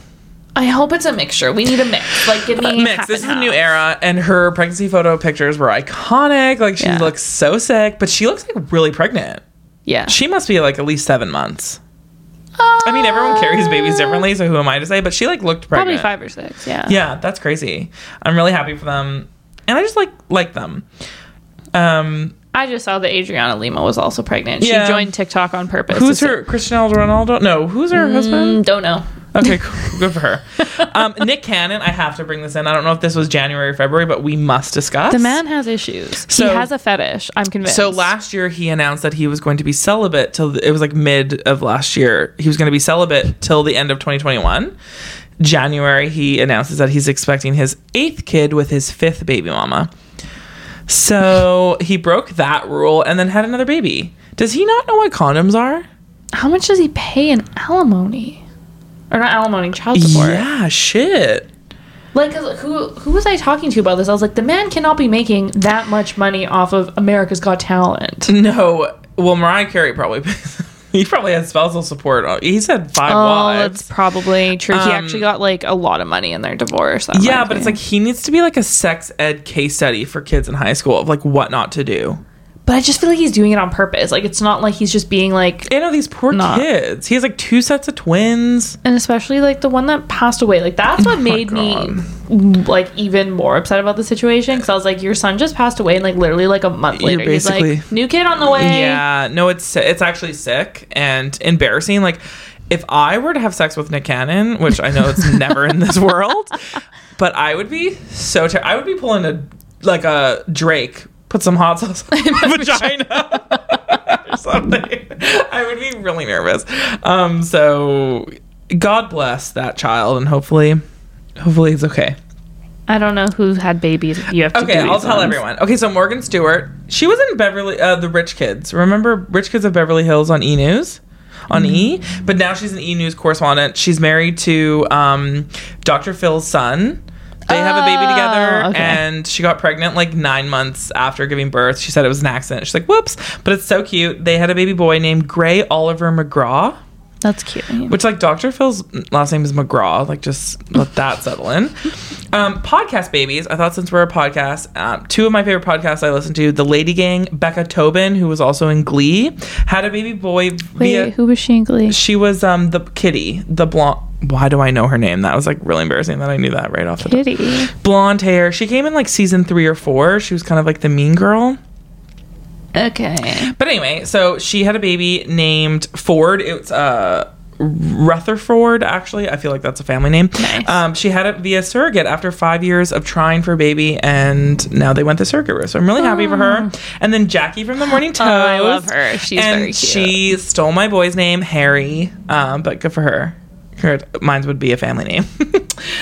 A: I hope it's a mixture. We need a mix. Like, give me a
B: mix.
A: half
B: This is
A: and
B: a new
A: half.
B: era, and her pregnancy photo pictures were iconic. Like she
A: Yeah.
B: looks so sick, but she looks like really pregnant.
A: Yeah.
B: She must be like at least seven months. I mean, everyone carries babies differently, so who am I to say? But she like looked
A: Oh, Probably
B: pregnant.
A: five or six. Yeah.
B: Yeah, that's crazy. I'm really happy for them, and I just like like them. Um,
A: I just saw that Adriana Lima was also pregnant. She
B: Yeah.
A: joined TikTok on purpose.
B: who's
A: to
B: her Cristiano Ronaldo? No, who's her husband?
A: say- Mm, don't know.
B: Okay, cool. good for her. Um, Nick Cannon, I have to bring this in. I don't know if this was January or February, but we must discuss.
A: The man has issues.
B: So-
A: he has a fetish. I'm convinced.
B: So last year he announced that he was going to be celibate till the, it was like mid of last year. He was going to be celibate till the end of 2021. January he announces that he's expecting his eighth kid with his fifth baby mama. So he broke that rule and then had another baby. Does he not know what condoms are?
A: how much does he pay in alimony? Or not alimony, child support.
B: Yeah, shit.
A: Like, 'cause who who was I talking to about this? I was like, the man cannot be making that much money off of America's Got Talent.
B: No. Well, Mariah Carey probably he probably had spousal support. He's had five
A: Oh,
B: wives.
A: that's probably true. he
B: Um,
A: actually got like a lot of money in their divorce. that
B: yeah,
A: might
B: but
A: be.
B: it's like he needs to be like a sex ed case study for kids in high school of like what not to do.
A: But I just feel like he's doing it on purpose. Like it's not like he's just being like,
B: You know these poor
A: Not-
B: kids. He has like two sets of twins.
A: and especially like the one that passed away. Like
B: Oh
A: that's what made me like even more upset about the situation because I was like, your son just passed away, and like literally like a month
B: You're
A: later, he's
B: basically-
A: like, new kid on the way.
B: Yeah, no, it's si- it's actually sick and embarrassing. Like if I were to have sex with Nick Cannon, which I know it's never in this world, but I would be so ter- I would be pulling a like a Drake, put some hot sauce on my vagina. or something. I would be really nervous. Um, so God bless that child, and hopefully, hopefully it's okay.
A: I don't know who had babies. You have to.
B: Okay,
A: do
B: I'll
A: these
B: tell
A: ones.
B: everyone. Okay, so Morgan Stewart, she was in Beverly, uh, the Rich Kids. Remember Rich Kids of Beverly Hills on E News, on E.
A: Mm-hmm.
B: But now she's an E News correspondent. She's married to um, Dr. Phil's son. They have a baby
A: Oh,
B: together,
A: okay.
B: and she got pregnant like nine months after giving birth. She said it was an accident. She's like, "Whoops!" But it's so cute. They had a baby boy named Gray Oliver McGraw.
A: That's cute.
B: Which, like, Dr. Phil's last name is McGraw. Like, just let that settle in. Um, podcast babies. I thought since we're a podcast, um, two of my favorite podcasts I listen to, The Lady Gang, Becca Tobin, who was also in Glee, had a baby boy.
A: Wait,
B: via-
A: who was she in Glee?
B: she was um the kitty, the blonde. Why do I know her name? That was like really embarrassing that I knew that right off the
A: Kitty.
B: top. Blonde hair. She came in like season three or four. She was kind of like the mean girl.
A: Okay.
B: But anyway, so she had a baby named Ford. It's uh Rutherford, actually. I feel like that's a family name.
A: Nice.
B: Um, she had it via surrogate after five years of trying for a baby, and now they went the surrogate route. So I'm really happy for her. And then Jackie from the Morning Toast.
A: Oh. I love her. She's
B: and
A: very cute.
B: She stole my boy's name, Harry, um, but good for her. her. Mine's would be a family name.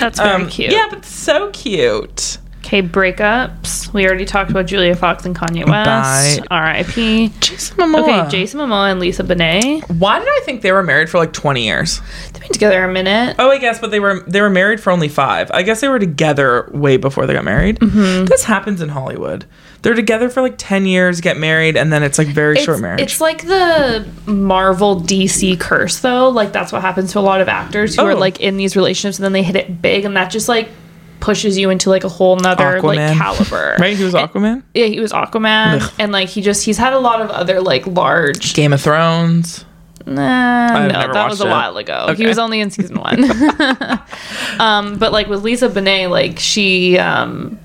B: Um,
A: That's very cute.
B: Yeah, but so cute.
A: Okay, breakups. We already talked about Julia Fox and Kanye West.
B: Bye.
A: R.I.P.
B: Jason Momoa.
A: Okay, Jason Momoa and Lisa Bonet.
B: Why did I think they were married for like 20 years?
A: They've been together a minute.
B: Oh, I guess, but they were they were married for only five. I guess they were together way before they got married.
A: Mm-hmm.
B: This happens in Hollywood. They're together for like ten years, get married, and then it's like very
A: It's,
B: short marriage.
A: it's like the Marvel DC curse, though. Like that's what happens to a lot of actors who are
B: Oh.
A: like in these relationships and then they hit it big, and that just like pushes you into like a whole nother
B: Aquaman.
A: like caliber.
B: Right? He was Aquaman?
A: Yeah, he was Aquaman,
B: Ugh.
A: and like he just he's had a lot of other like large.
B: Game of Thrones.
A: Nah, no,
B: never
A: that was a
B: watched it.
A: while ago.
B: Okay.
A: He was only in season one. um, but like with Lisa Bonet, like she um,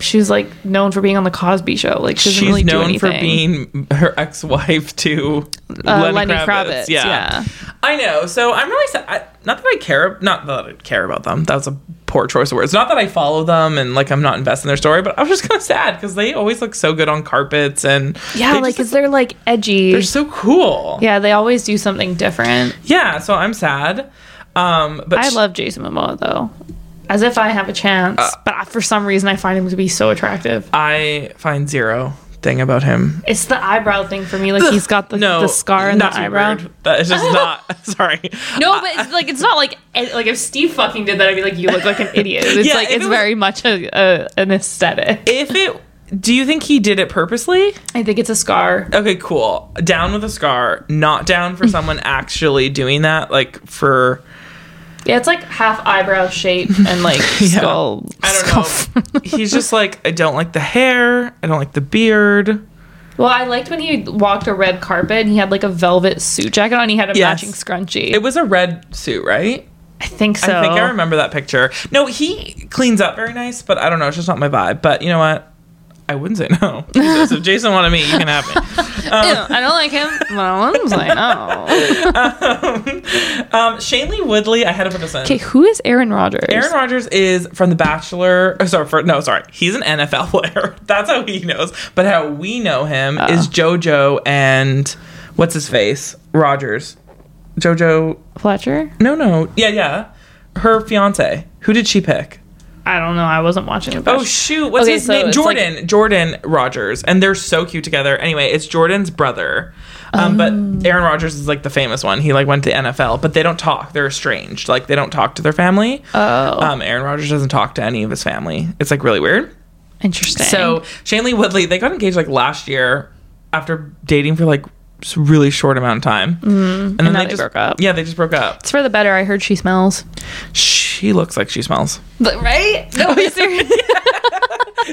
A: she's like known for being on the Cosby Show. Like she doesn't
B: She's
A: really do
B: known for
A: anything.
B: being her ex-wife to
A: Uh, Lenny Kravitz, yeah.
B: I know. So I'm really sad. I, not that I care. Not that I care about them. That was a poor choice of words. Not that I follow them and like I'm not invested in their story, but I was just kind of sad because they always look so good on carpets and
A: yeah,
B: they
A: like
B: just,
A: because they're like edgy.
B: they're so cool. Yeah.
A: yeah, they always do something different.
B: so I'm sad. Um, but
A: I
B: sh-
A: love Jason Momoa though, as if I have a chance. but I, for some reason, I find him to be so attractive.
B: I find zero thing about him.
A: It's the eyebrow thing for me. Like he's got the,
B: No,
A: the scar and
B: not
A: the
B: to be
A: eyebrow.
B: rude. That is just not. sorry.
A: No, but it's like it's not like eh, like if Steve fucking did that, I'd be like, you look like an idiot. It's
B: Yeah,
A: like it's
B: if it was-
A: very much a, a an aesthetic.
B: If it. Do you think he did it purposely?
A: I think it's a scar.
B: Okay, cool. Down with a scar, not down for someone actually doing that, like for
A: Yeah, it's like half eyebrow shape and like skull.
B: I don't know. He's just like, I don't like the hair, I don't like the beard.
A: Well, I liked when he walked a red carpet and he had like a velvet suit jacket on. He had a
B: Yes.
A: matching scrunchie.
B: It was a red suit, right?
A: I think so.
B: I think I remember that picture. No, he cleans up very nice, but I don't know, it's just not my vibe. But you know what? I wouldn't say no. Jesus, if Jason wanted me, you can have me.
A: Ew, I don't like him. Well, I'm like, oh. no.
B: Um, Shanley Woodley, I had to put this in.
A: Okay, who is Aaron Rodgers?
B: Aaron Rodgers is from The Bachelor. Oh, sorry, for, no, sorry. He's an NFL player. That's how he knows. But how we know him
A: Uh.
B: is JoJo and what's his face? Rodgers. JoJo.
A: Fletcher?
B: No, no. Yeah, yeah. Her fiance. Who did she pick?
A: I don't know. I wasn't watching it.
B: Oh shoot! What's
A: Okay,
B: his
A: so
B: name?
A: it's like-
B: Jordan. Jordan Rogers, and they're so cute together. Anyway, it's Jordan's brother, um,
A: Oh.
B: but Aaron Rodgers is like the famous one. He like went to the NFL, but they don't talk. They're estranged. Like they don't talk to their family.
A: Oh.
B: Um, Aaron Rodgers doesn't talk to any of his family. It's like really weird.
A: interesting.
B: So Shanley Woodley, they got engaged like last year after dating for like s- really short amount of time, and
A: Mm-hmm.
B: then
A: now
B: they,
A: they
B: just
A: broke up.
B: Yeah, they just broke up.
A: it's for the better. I heard she smells.
B: She looks like she smells.
A: But, right? No, be serious.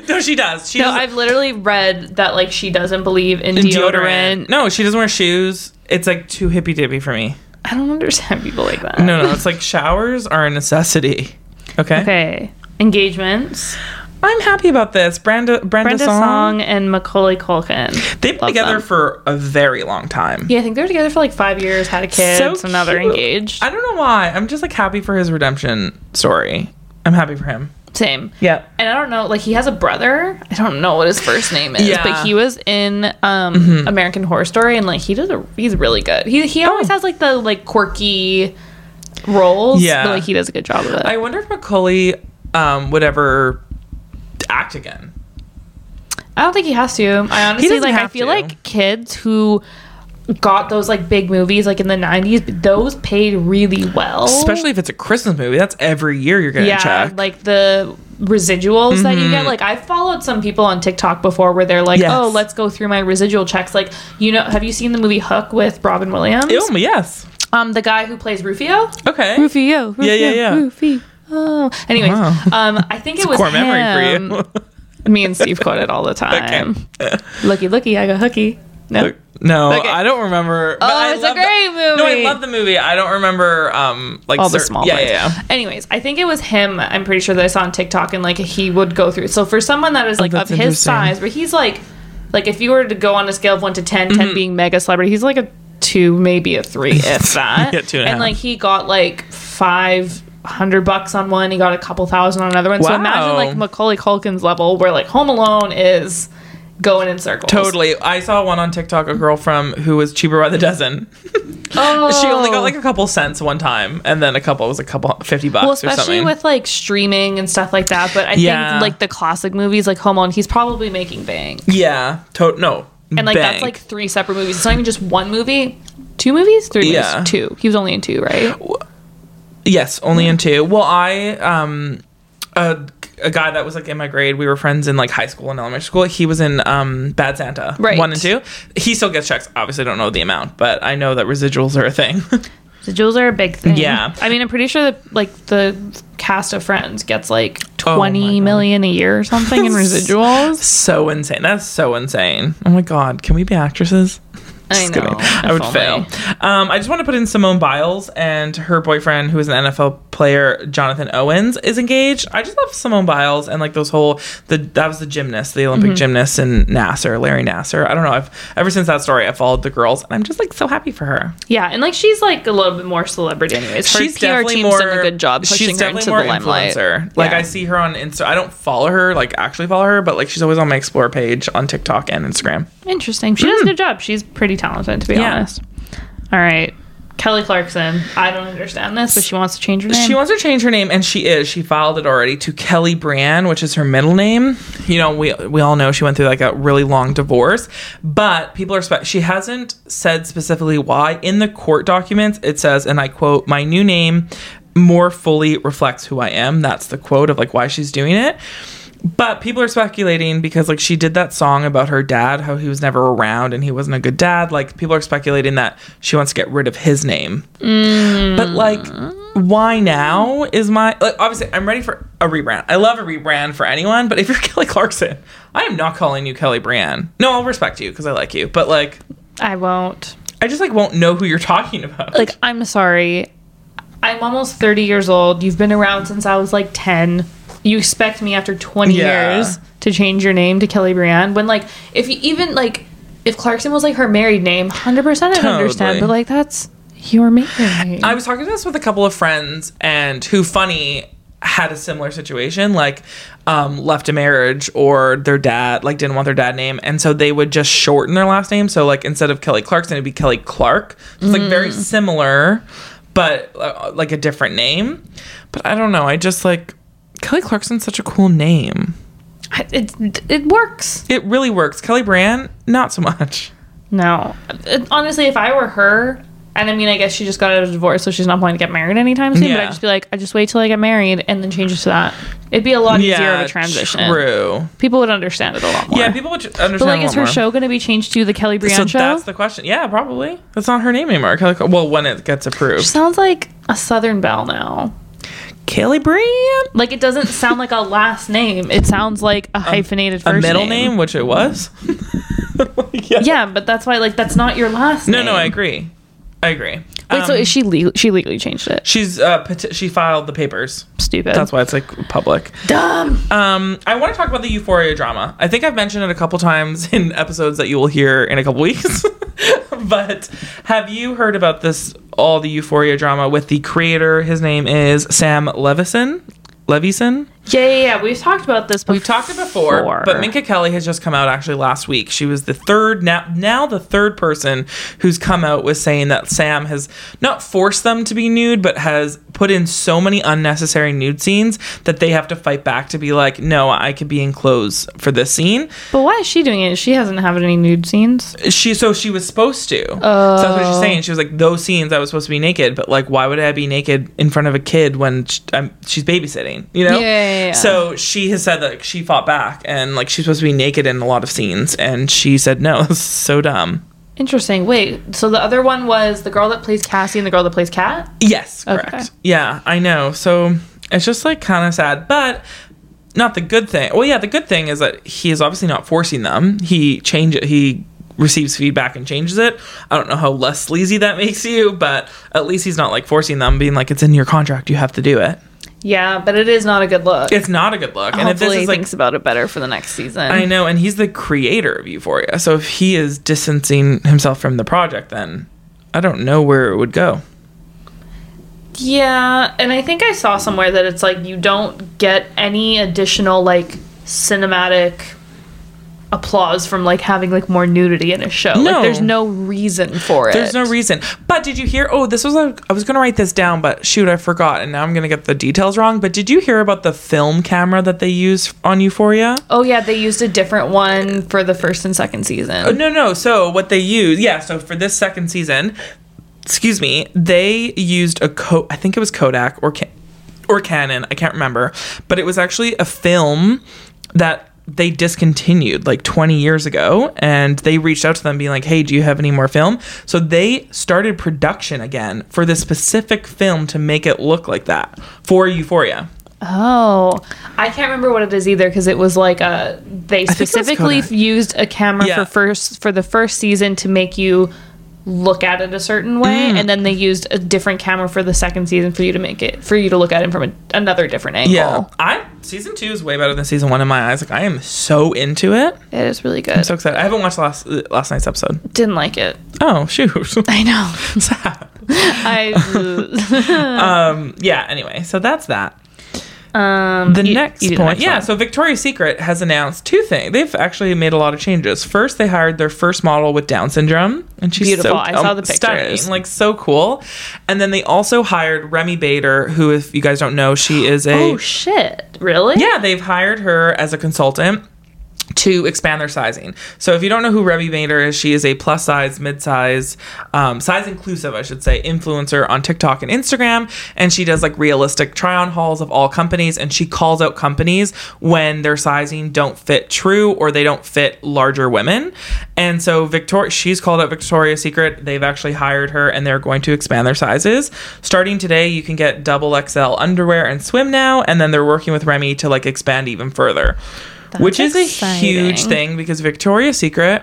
B: No, she does. She
A: Oh, no,
B: does.
A: I've literally read that like she doesn't believe in deodorant.
B: deodorant. No, she doesn't wear shoes. It's like too hippy dippy for me.
A: I don't understand people like that.
B: No, no, it's like showers are a necessity. Okay.
A: Okay. Engagements.
B: I'm happy about this. Brenda, Brenda,
A: Brenda
B: Song.
A: Song and Macaulay Culkin.
B: They've been
A: Love
B: together
A: them.
B: for a very long time.
A: Yeah, I think they were together for like five years, had a kid, so, now they're
B: cute.
A: engaged.
B: I don't know why. I'm just like happy for his redemption story. I'm happy for him.
A: Same.
B: Yeah.
A: and I don't know, like he has a brother. I don't know what his first name is,
B: Yeah. Mm-hmm.
A: but he was in um American Horror Story, and like he does a he's really good. He he always
B: Oh.
A: has like the like quirky roles,
B: Yeah.
A: but like he does a good job of it.
B: I
A: I,
B: wonder if Macaulay um, would ever act again.
A: don't think he has to. I honestly
B: doesn't
A: like I
B: have
A: feel
B: to.
A: like kids who got those like big movies like in the 90s those paid really well
B: Especially if it's a Christmas movie. That's every year you're gonna
A: yeah
B: check. Mm-hmm.
A: like the residuals that you get like i followed some people on tiktok before where they're like
B: Yes.
A: oh let's go through my residual checks like you know have you seen the movie hook with robin williams
B: Ew, yes.
A: um the guy who plays rufio
B: Okay.
A: rufio, rufio
B: Yeah, yeah, yeah.
A: rufio oh anyways
B: Wow.
A: um i think it was
B: Core memory
A: him.
B: for you.
A: me and steve quote it all the time looky looky i got hooky no
B: No,
A: Okay.
B: I don't remember. but
A: Oh,
B: I
A: it's a
B: love the-
A: great movie.
B: No, I love the movie. I don't remember um like
A: all the
B: cer-
A: small
B: yeah,
A: ones.
B: yeah, yeah.
A: Anyways, I think it was him. I'm pretty sure that I saw on TikTok and like he would go through. So for someone that is like of
B: Oh, that's
A: his
B: interesting.
A: size, where he's like, like if you were to go on a scale of one to 10,
B: Mm-hmm.
A: 10 being mega celebrity, he's like a two, maybe a three, if that.
B: Yeah, two and a half.
A: like he got like five hundred bucks on one. He got a couple thousand on another one. So
B: Wow.
A: imagine like Macaulay Culkin's level, where like Home Alone is going in circles.
B: Totally. I saw one on TikTok, a girl from who was cheaper by the dozen.
A: Oh.
B: She only got like a couple cents one time, and then a couple it was a couple fifty bucks
A: well,
B: or
A: especially
B: something.
A: with like streaming and stuff like that. But I
B: Yeah.
A: think like the classic movies, like Home Alone, he's probably making bang,
B: yeah, to- no,
A: and like that's like three separate movies. It's not even just one movie, two movies, three
B: Yeah.
A: movies, two. He was only in two, right?
B: Yes,
A: Mm.
B: only in two. Well, I um a, a guy that was like in my grade, we were friends in like high school and elementary school. He was in um Bad Santa,
A: Right.
B: One and two. He still gets checks. Obviously, I don't know the amount, but I know that residuals are a thing.
A: The jewels are a big thing.
B: Yeah.
A: I mean, I'm pretty sure that like the cast of Friends gets like twenty
B: Oh God.
A: million a year or something in residuals.
B: So insane. That's so insane. Oh my god, can we be actresses?
A: I
B: Just kidding.
A: know.
B: I would
A: If
B: fail.
A: only.
B: Um, I just want to put in Simone Biles and her boyfriend, who is an NFL player, Jonathan Owens, is engaged. I just love Simone Biles and like those whole the that was the gymnast, the
A: Mm-hmm.
B: Olympic gymnast, and Nasser, Larry Nasser. I don't know. I've ever since that story, I followed the girls, and I'm just like so happy for her.
A: Yeah, and like she's like a little bit more celebrity, anyways. Her
B: she's
A: PR
B: definitely
A: team's
B: more
A: done a good job pushing
B: she's
A: her
B: definitely
A: into the
B: more
A: limelight.
B: influencer. Like
A: Yeah.
B: I see her on Insta. I don't follow her, like actually follow her, but like she's always on my explore page on TikTok and Instagram.
A: Interesting. She does a good job. She's pretty talented, to be
B: Hmm. Yeah.
A: honest. All right. Kelly Clarkson. I don't understand this, but she wants to change her name.
B: She wants to change her name, and she is. She filed it already to Kelly Brand, which is her middle name. You know, we we all know she went through like a really long divorce, but people are. Spe- she hasn't said specifically why. In the court documents, it says, and I quote, "My new name more fully reflects who I am." That's the quote of like why she's doing it. But people are speculating because like she did that song about her dad, how he was never around and he wasn't a good dad. Like people are speculating that she wants to get rid of his name. But like, why now is my like, obviously I'm ready for a rebrand. I love a rebrand for anyone, but if you're Kelly Clarkson, I am not calling you Kelly Brand. No, I'll respect you because I like you, but like,
A: I won't.
B: I just like won't know who you're talking about.
A: Like, I'm sorry. I'm almost 30 years old. You've been around since I was like 10. You expect me after 20
B: Yeah.
A: years to change your name to Kelly Brienne when, like, if you even, like, if Clarkson was like her married name, 100% I'd
B: Totally.
A: understand, but like, that's your married name.
B: I was talking to this with a couple of friends and who funny had a similar situation, like um, left a marriage or their dad like didn't want their dad name, and so they would just shorten their last name. So like instead of Kelly Clarkson, it'd be Kelly Clark. So It's like
A: Mm.
B: very similar, but uh, like a different name. But I don't know. I just like Kelly Clarkson's such a cool name.
A: I- it, it works.
B: It really works. Kelly Brand, not so much.
A: No. It- honestly, if I were her, and I mean, I guess she just got out of a divorce, so she's not planning to get married anytime soon, but
B: Yeah.
A: I'd just be like, I just wait till I get married and then change it to that. It'd be a lot easier of a transition.
B: True.
A: People would understand it a lot more.
B: Yeah, people would ju- understand.
A: But like,
B: a lot
A: is her
B: more.
A: show going to be changed to the Kelly
B: So
A: Briand show?
B: that's the question. Yeah, probably. That's not her name anymore. Kelly, well, when it gets
A: She
B: approved.
A: sounds like a Southern Belle now.
B: Kelly Brand?
A: Like, it doesn't sound like a last name. It sounds like a hyphenated
B: A
A: first
B: middle name, which it was. Like, yeah.
A: Yeah, but that's why, like, that's not your last
B: No,
A: name.
B: no, I agree. I agree.
A: Wait, so
B: Um,
A: is she le- she legally changed it?
B: she's uh, peti- she filed the papers.
A: Stupid.
B: That's why it's like public.
A: dumb.
B: Um, I want to talk about the Euphoria drama. I think I've mentioned it a couple times in episodes that you will hear in a couple weeks. but have you heard about this? All the Euphoria drama with the creator. His name is Sam Levison. Levison.
A: Yeah, yeah, yeah. We've talked about this. Before.
B: We've talked it before,
A: Four.
B: but Minka Kelly has just come out actually last week. She was the third now now the third person who's come out with saying that Sam has not forced them to be nude, but has put in so many unnecessary nude scenes that they have to fight back to be like, no, I could be in clothes for this scene.
A: But why is she doing it? She hasn't had any nude scenes.
B: She so she was supposed to. So that's what she's saying. She was like, those scenes I was supposed to be naked, but like, why would I be naked in front of a kid when sh I'm, she's babysitting? You know.
A: Yeah, yeah, yeah.
B: So she has said that she fought back and like she's supposed to be naked in a lot of scenes, and she said no. It's so dumb.
A: Interesting. Wait. So the other one was the girl that plays Cassie and the girl that plays Kat.
B: Yes,
A: Okay.
B: correct. Yeah, I know. So it's just like kind of sad, but not the good thing. Well, yeah, the good thing is that he is obviously not forcing them. He change He receives feedback and changes it. I don't know how less sleazy that makes you, but at least he's not like forcing them, being like it's in your contract, you have to do it.
A: Yeah, but it is not a good look.
B: It's not a good look. And if this
A: Hopefully, he
B: is like
A: thinks about it better for the next season.
B: I know, and he's the creator of Euphoria. So if he is distancing himself from the project, then I don't know where it would go.
A: Yeah, and I think I saw somewhere that it's like you don't get any additional like cinematic applause from like having like more nudity in a show.
B: No.
A: Like there's no reason for it.
B: There's no reason. But did you hear? Oh, this was a. I was going to write this down, but shoot, I forgot. And now I'm going to get the details wrong. But did you hear about the film camera that they use on Euphoria?
A: Oh yeah, they used a different one for the first and second season.
B: Oh, no, no. So what they use, yeah. So for this second season, excuse me, they used a co. I think it was Kodak or Ca- or Canon. I can't remember, but it was actually a film that they discontinued like 20 years ago and they reached out to them being like hey do you have any more film so they started production again for this specific film to make it look like that for euphoria
A: Oh, I can't remember what it is either because it was like a they
B: think it was
A: specifically
B: Kodak.
A: used a camera
B: Yeah.
A: for first for the first season to make you look at it a certain
B: Mm.
A: way, and then they used a different camera for the second season for you to make it for you to look at it from a, another different angle.
B: Yeah, I season two is way better than season one in my eyes. Like I am so into it.
A: It is really good.
B: I'm so excited. I haven't watched last uh, last night's episode.
A: Didn't like it.
B: Oh shoot.
A: I know. I
B: um. Yeah. Anyway, so that's that.
A: um
B: The
A: you-
B: next
A: you do
B: point,
A: the
B: yeah.
A: one.
B: So Victoria's Secret has announced two things. They've actually made a lot of changes. First, they hired their first model with Down syndrome, and she's
A: Beautiful.
B: So, um,
A: I saw the
B: stunning,
A: pictures.
B: like so cool. And then they also hired Remy Bader, who, if you guys don't know, she is a
A: Oh shit! Really?
B: yeah. They've hired her as a consultant to expand their sizing. So if you don't know who Remy Bader is, she is a plus size, mid size, um, size inclusive, I should say, influencer on TikTok and Instagram. And she does like realistic try on hauls of all companies. And she calls out companies when their sizing don't fit true or they don't fit larger women. And so Victoria, she's called out Victoria's Secret. They've actually hired her and they're going to expand their sizes. Starting today, you can get double XL underwear and swim now. And then they're working with Remy to like expand even further which is
A: exciting.
B: a huge thing because Victoria's Secret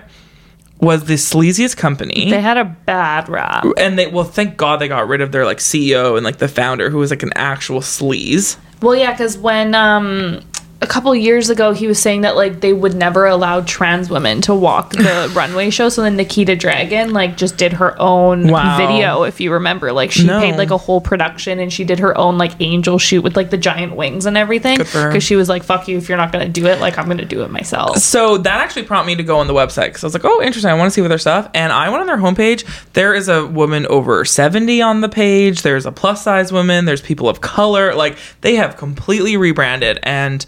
B: was the sleaziest company.
A: They had a bad rap.
B: and they well, thank God they got rid of their like CEO and like the founder who was like an actual sleaze.
A: Well, yeah, because when um, a couple years ago he was saying that like they would never allow trans women to walk the runway show, so then Nikita Dragon like just did her own
B: Wow.
A: video. If you remember, like she
B: No.
A: paid like a whole production and she did her own like angel shoot with like the giant wings and everything
B: Good for her.
A: because she was like, "Fuck you if you're not gonna do it, like I'm gonna do it myself."
B: So that actually prompted me to go on the website because I was like, oh, interesting. I want to see what their stuff. And I went on their homepage. There is a woman over 70 on the page. There's a plus size woman. There's people of color. Like they have completely rebranded. And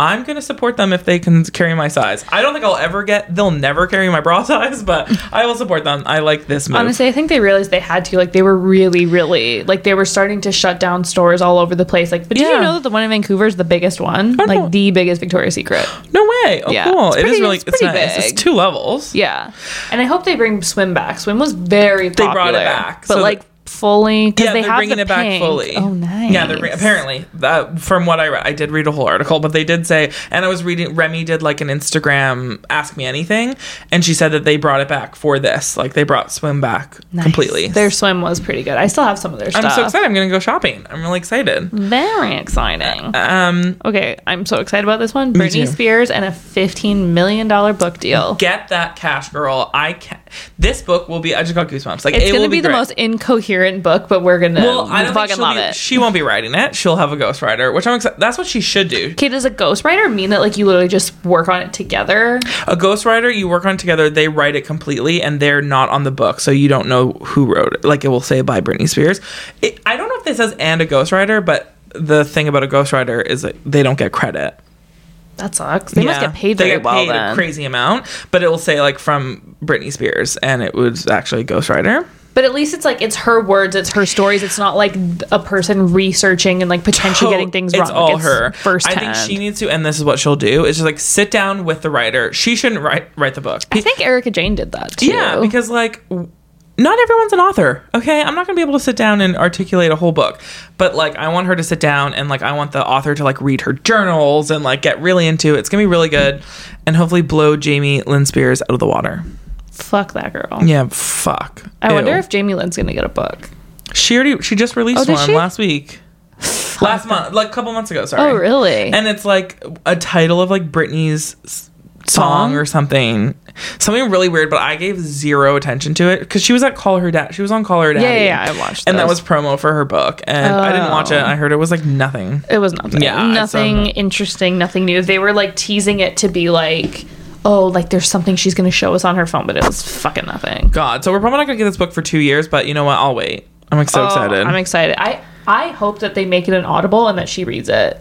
B: I'm going to support them if they can carry my size. I don't think I'll ever get, they'll never carry my bra size, but I will support them. I like this move.
A: Honestly, I think they realized they had to. Like, they were really, really like they were starting to shut down stores all over the place. Like, but did
B: Yeah.
A: you know that the one in Vancouver is the biggest one? Like,
B: know.
A: the biggest Victoria's Secret.
B: no way. Oh,
A: Yeah.
B: cool.
A: It's
B: it is
A: pretty-
B: really,
A: it's
B: it's,
A: pretty
B: nice.
A: big.
B: It's two levels.
A: Yeah, and I hope they bring swim back. Swim was very
B: They
A: popular,
B: brought it back,
A: but
B: so
A: like fully because
B: Yeah,
A: they
B: they're
A: have
B: bringing
A: the
B: it back
A: pink.
B: fully.
A: Oh, nice.
B: Yeah, they're bring- apparently uh, from what I read, I did read a whole article, but they did say, and I was reading. Remy did like an Instagram Ask Me Anything, and she said that they brought it back for this. Like they brought swim back
A: Nice.
B: completely.
A: Their swim was pretty good. I still have some of their
B: I'm
A: stuff.
B: so excited. I'm gonna go shopping. I'm really excited.
A: Very exciting.
B: Um,
A: Okay, I'm so excited about this one. Britney
B: too.
A: Spears and a fifteen million dollar book deal.
B: get that cash, girl. I can. This book will be. I just got goosebumps. Like
A: It's
B: it
A: gonna
B: will
A: be, the
B: great.
A: most incoherent book, but we're gonna
B: Well, I don't think
A: fucking
B: she'll
A: love
B: be-
A: it.
B: She won't be writing it. She'll have a ghostwriter, which I'm excited. That's what she should do.
A: Okay, does a ghostwriter mean that like you literally just work on it together?
B: A ghostwriter you work on together, they write it completely and they're not on the book, so you don't know who wrote it. Like it will say by Britney Spears. It, I don't know if this says and a ghostwriter, but the thing about a ghostwriter is that they don't get credit.
A: That sucks. They must
B: Yeah.
A: get paid
B: They
A: very
B: get
A: well
B: paid a
A: then.
B: crazy amount, but it will say like from Britney Spears and it was actually a ghostwriter.
A: But at least it's like it's her words, it's her stories. It's not like a person researching and like potentially getting things wrong.
B: Oh, It's all
A: Like, it's
B: her.
A: First,
B: I think she needs to, and this is what she'll do. Is just like sit down with the writer. She shouldn't write write the book.
A: I think Erica Jane did that too.
B: Yeah, because like w- not everyone's an author, okay? I'm not going to be able to sit down and articulate a whole book, but like I want her to sit down and like I want the author to like read her journals and like get really into it. It's going to be really good and hopefully blow Jamie Lynn Spears out of the water.
A: fuck that girl.
B: Yeah, fuck.
A: I wonder
B: Ew.
A: if Jamie Lynn's gonna get a book.
B: she already she just released
A: Oh, did
B: one
A: she?
B: last week. Last month, like a couple months ago, sorry.
A: Oh, really?
B: And it's like a title of like Britney's s- song
A: Song?
B: or something. Something really weird, but I gave zero attention to it because she was at Call Her Dad. She was on Call Her Daddy.
A: Yeah, yeah, yeah, I watched
B: And that
A: those. Oh.
B: was promo for her book. And I didn't watch it. I heard it was like nothing.
A: it was nothing.
B: Yeah, it's,
A: nothing
B: um,
A: interesting. Nothing new. They were like teasing it to be like, oh, like there's something she's gonna show us on her phone, but it was fucking nothing.
B: God. So we're probably not going to get this book for two years, but you know what? I'll wait. I'm like, so
A: Oh,
B: excited.
A: I'm excited. I I hope that they make it an audible and that she reads it.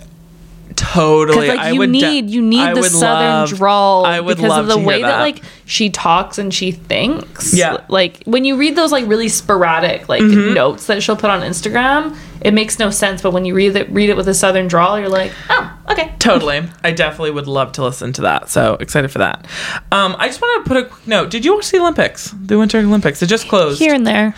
B: totally.
A: Because like
B: I
A: you
B: would de-
A: need you need
B: I
A: the
B: would
A: southern
B: love-
A: drawl
B: I would
A: because
B: love
A: of the
B: to hear
A: way that.
B: that.
A: like she talks and she thinks.
B: Yeah. Mm-hmm.
A: Like when you read those like really sporadic like notes that she'll put on Instagram, it makes no sense. But when you read it read it with a southern drawl, you're like, oh, okay.
B: Totally. I definitely would love to listen to that. So excited for that. Um, I just want to put a quick note. Did you watch the Olympics? The Winter Olympics? It just closed.
A: Here and there.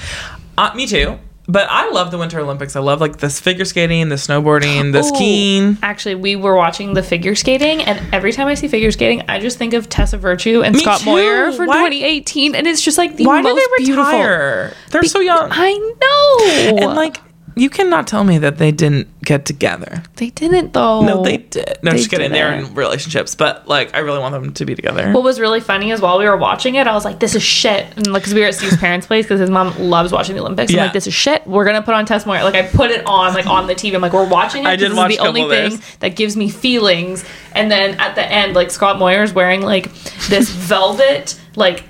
B: Uh, me too. But I love the Winter Olympics. I love like this figure skating, the snowboarding, the
A: Ooh.
B: skiing.
A: Actually, we were watching the figure skating, and every time I see figure skating, I just think of Tessa Virtue and
B: Me
A: Scott
B: too.
A: Moyer for
B: Why-
A: 2018, and it's just like the
B: Why
A: most
B: do they
A: beautiful.
B: retire? They're so young.
A: I know.
B: And like, you cannot tell me that they didn't get together.
A: they didn't though.
B: No, they did. No,
A: They
B: just kidding. They're
A: didn't.
B: in relationships, but like, I really want them to be together.
A: What was really funny is while we were watching it, I was like, "This is shit," and like, because we were at Steve's parents' place because his mom loves watching the Olympics.
B: Yeah.
A: I'm like, "This is shit." We're gonna put on Tess Moyer. Like, I put it on like on the TV. I'm like, "We're watching it."
B: I
A: 'cause
B: did
A: this
B: watch
A: is
B: a
A: the only
B: couple of
A: thing
B: those.
A: that gives me feelings. And then at the end, like Scott Moyer's wearing like this velvet like.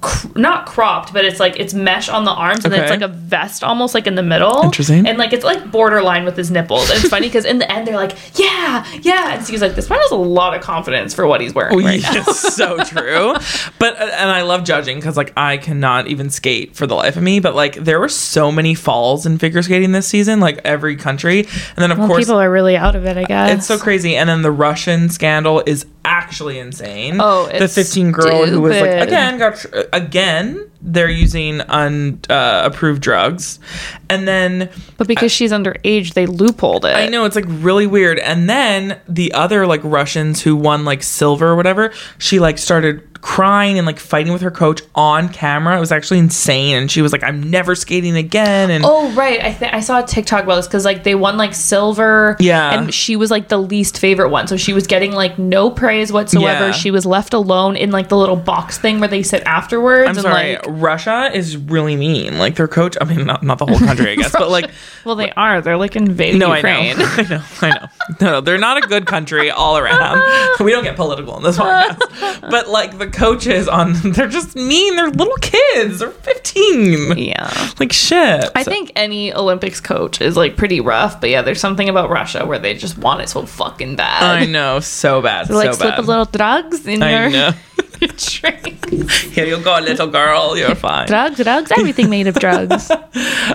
A: Cr- not cropped, but it's like it's mesh on the arms, and then it's
B: Okay.
A: like a vest almost like in the middle.
B: Interesting.
A: And like it's like borderline with his nipples. And it's funny because in the end they're like, yeah, yeah. And Steve's like, this man has a lot of confidence for what he's
B: Oh,
A: wearing. right now.
B: It's so true. But uh, and I love judging because like I cannot even skate for the life of me. But like there were so many falls in figure skating this season, like every country. And then of
A: Well,
B: course
A: people are really out of it, I guess.
B: it's so crazy. And then the Russian scandal is actually insane.
A: Oh,
B: the
A: it's
B: 15 girl who was like
A: stupid.
B: again got tr- uh, again. They're using unapproved uh, approved drugs, and then
A: But because she's underage, they loopholed it.
B: I know it's like really weird. And then the other like Russians who won like silver or whatever, she like started crying and like fighting with her coach on camera. It was actually insane. And she was like, "I'm never skating again." And
A: Oh right, I think I saw a TikTok about this because like they won like silver,
B: Yeah.
A: and she was like the least favorite one, so she was getting like no praise whatsoever.
B: Yeah.
A: She was left alone in like the little box thing where they sit afterwards.
B: I'm
A: and,
B: sorry,
A: like,
B: Russia is really mean. Like their coach. I mean, not not the whole country, I guess, but like.
A: well, they are. They're like invading
B: No,
A: Ukraine.
B: I know. I know. I know. No, they're not a good country all around. We don't get political in this podcast. But like the coaches on they're just mean. They're little kids. They're 15.
A: yeah.
B: Like shit.
A: I think any Olympics coach is like pretty rough, but yeah, there's something about Russia where they just want it so fucking bad.
B: I know, so bad, so
A: Like slip
B: bad.
A: a little drugs in
B: I
A: your,
B: know.
A: your drink.
B: Here you go, little girl. You're fine.
A: drugs, drugs, everything made of drugs.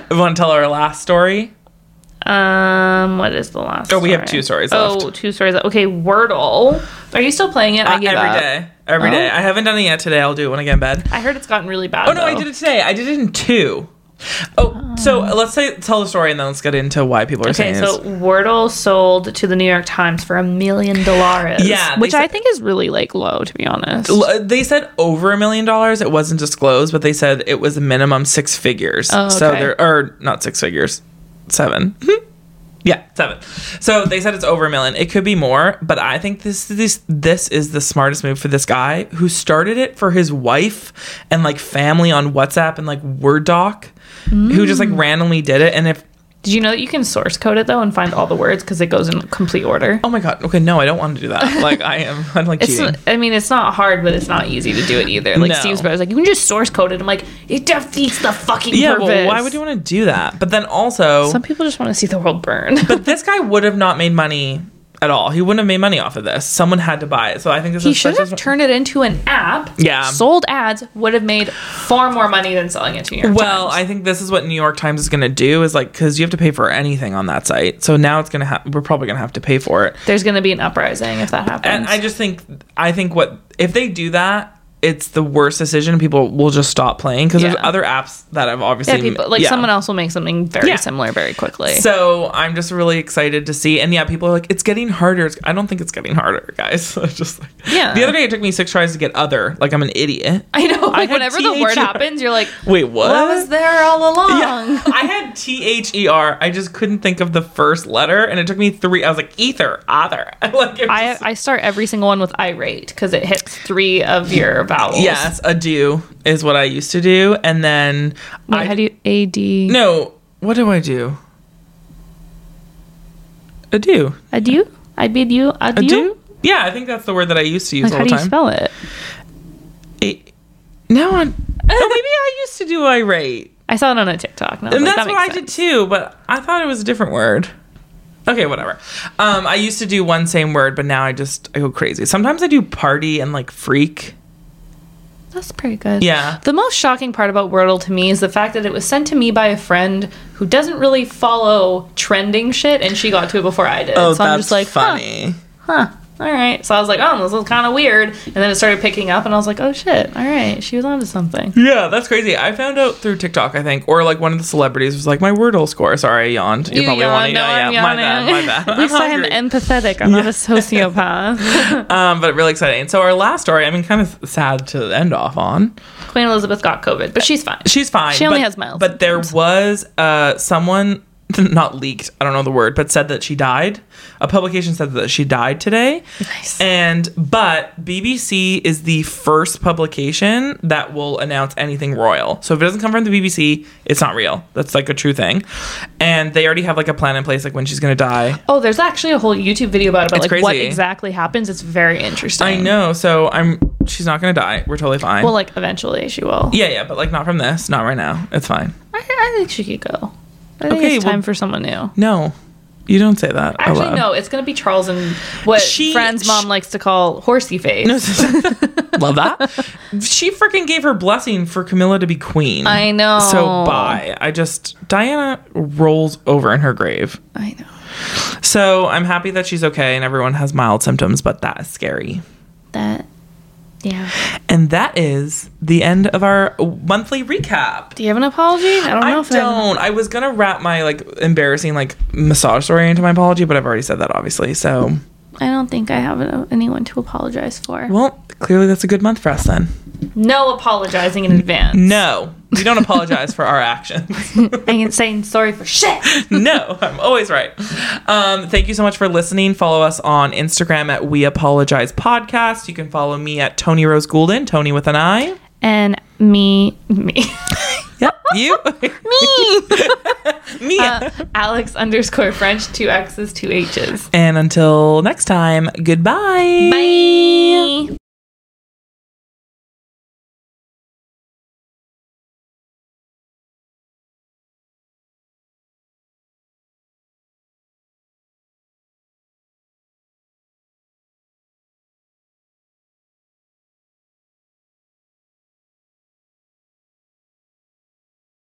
B: We want to tell our last story.
A: Um, what is the last?
B: Oh, we have two stories
A: Oh,
B: left.
A: two stories. left. Okay, Wordle. Are you still playing it?
B: Uh,
A: I
B: every day,
A: gave
B: every
A: up.
B: day.
A: Oh.
B: I haven't done it yet today. I'll do it when I get in bed.
A: I heard it's gotten really bad.
B: Oh no, I did it today. I did it in two. Oh, so let's say tell the story and then let's get into why people are
A: Okay,
B: saying
A: so
B: this.
A: Wordle sold to the New York Times for a million dollars.
B: Yeah, they
A: which
B: said-
A: I think is really like low, to be honest.
B: L- uh, They said over a million dollars. It wasn't disclosed, but they said it was a minimum six figures.
A: Oh,
B: So
A: okay.
B: there are not six figures, seven. Hmm. yeah, seven. So they said it's over a million. It could be more, but I think this this this is the smartest move for this guy who started it for his wife and like family on WhatsApp and like Word doc, who just
A: Mm.
B: like randomly did it. And if
A: did you know that you can source code it though and find all the words because it goes in complete order?
B: oh my god, okay, no, I don't want to do that. Like I am, I'm like
A: It's,
B: cheating.
A: I mean, it's not hard, but it's not easy to do it either. Like
B: No.
A: Steve's brother's like, you can just source code it. I'm like, it defeats the fucking
B: Yeah,
A: purpose.
B: well, why would you want to do that? But then also,
A: Some people just want to see the world burn.
B: But this guy would have not made money at all. He wouldn't have made money off of this. Someone had to buy it. So I think this
A: He
B: is such
A: should have
B: a-
A: turned it into an app.
B: Yeah.
A: Sold ads would have made far more money than selling it to New York
B: well,
A: Times.
B: I think this is what New York Times is going to do is like because you have to pay for anything on that site. So now it's going to have we're probably going to have to pay for it.
A: There's going to be an uprising if that happens.
B: And I just think I think what if they do that, it's the worst decision. People will just stop playing because there's
A: Yeah.
B: other apps that I've obviously
A: yeah, people like
B: yeah.
A: someone else will make something very
B: Yeah.
A: similar very quickly.
B: So I'm just really excited to see. And yeah, people are like, it's getting harder. It's- I don't think it's getting harder, guys. just like,
A: Yeah.
B: The other day it took me six tries to get other. Like I'm an idiot.
A: I know. Like
B: had
A: whenever the word
B: THR.
A: happens, you're like,
B: Wait, what?
A: well, I was there all along.
B: yeah. I had T H E R. I just couldn't think of the first letter, and it took me three. I was like ether, other. like it
A: I,
B: was-
A: I start every single one with irate because it hits three of your vowels.
B: yes, a do is what I used to do, and then
A: Wait,
B: I
A: how do you A D
B: no. What do I do? A do,
A: adieu? I bid you
B: a
A: adieu.
B: do. Yeah, I think that's the word that I used to use
A: Like,
B: all
A: how
B: the
A: do you
B: time.
A: spell it?
B: A- now I'm. Oh, maybe I used to do irate,
A: I saw it on a TikTok. And, I was
B: and
A: like,
B: that's
A: that
B: what I
A: makes
B: did
A: sense.
B: too. But I thought it was a different word. Okay, whatever. Um, I used to do one same word, but now I just I go crazy. Sometimes I do party and like freak.
A: That's pretty good.
B: Yeah.
A: The most shocking part about Wordle to me is the fact that it was sent to me by a friend who doesn't really follow trending shit, and she got to it before I did.
B: Oh,
A: so I'm just like, huh,
B: funny.
A: Huh, all right. So I was like, oh, this is kind of weird. And then it started picking up, and I was like, oh shit, all right, she was onto something.
B: Yeah, that's crazy. I found out through TikTok, I think, or like one of the celebrities was like, "My Wordle score." Sorry, I yawned. You, probably want to,
A: no,
B: yeah,
A: I'm
B: yeah, my bad,
A: yawning.
B: my bad.
A: At least
B: I'm
A: I am
B: hungry.
A: empathetic. I'm not a sociopath.
B: um, but really exciting. And so our last story, I mean, kind of sad to end off on.
A: Queen Elizabeth got COVID, but she's fine.
B: She's fine.
A: She only
B: but-
A: has mild
B: But there was uh, someone, not leaked, I don't know the word, but said that she died. A publication said that she died today.
A: Nice.
B: And, but BBC is the first publication that will announce anything royal. So if it doesn't come from the BBC, it's not real. That's like a true thing. And they already have like a plan in place, like when she's going to die.
A: Oh, there's actually a whole YouTube video about it, about
B: It's
A: like what
B: crazy.
A: exactly happens. It's very interesting.
B: I know. So I'm, she's not going to die. We're totally fine.
A: Well, like eventually she will.
B: yeah, yeah, but like not from this, not right now. It's fine.
A: I, I think she could go. I think
B: Okay,
A: it's
B: well- oh,
A: time for someone new.
B: No, you don't say that.
A: Actually,
B: aloud.
A: no. It's gonna be Charles and what
B: She-
A: Fran's mom
B: she-
A: likes to call horsey face.
B: Love that. She freaking gave her blessing for Camilla to be queen.
A: I know.
B: So bye. I just Diana rolls over in her grave.
A: I know.
B: So I'm happy that she's okay and everyone has mild symptoms, but that is scary.
A: That. Yeah.
B: And that is the end of our monthly recap.
A: Do you have an apology? I don't know
B: I
A: if I-
B: don't. I was gonna wrap my like embarrassing like massage story into my apology, but I've already said that obviously. So
A: I don't think I have uh, anyone to apologize for.
B: well, clearly that's a good month for us then.
A: No apologizing in advance.
B: No, we don't apologize for our actions.
A: I ain't saying sorry for shit.
B: no, I'm always right. Um, thank you so much for listening. Follow us on Instagram at We Apologize Podcast. You can follow me at Tony Rose Goulden, Tony with an I.
A: And me, me,
B: Yep, you,
A: me.
B: me.
A: Uh, Alex underscore French, two X's, two H's.
B: and until next time, goodbye.
A: Bye.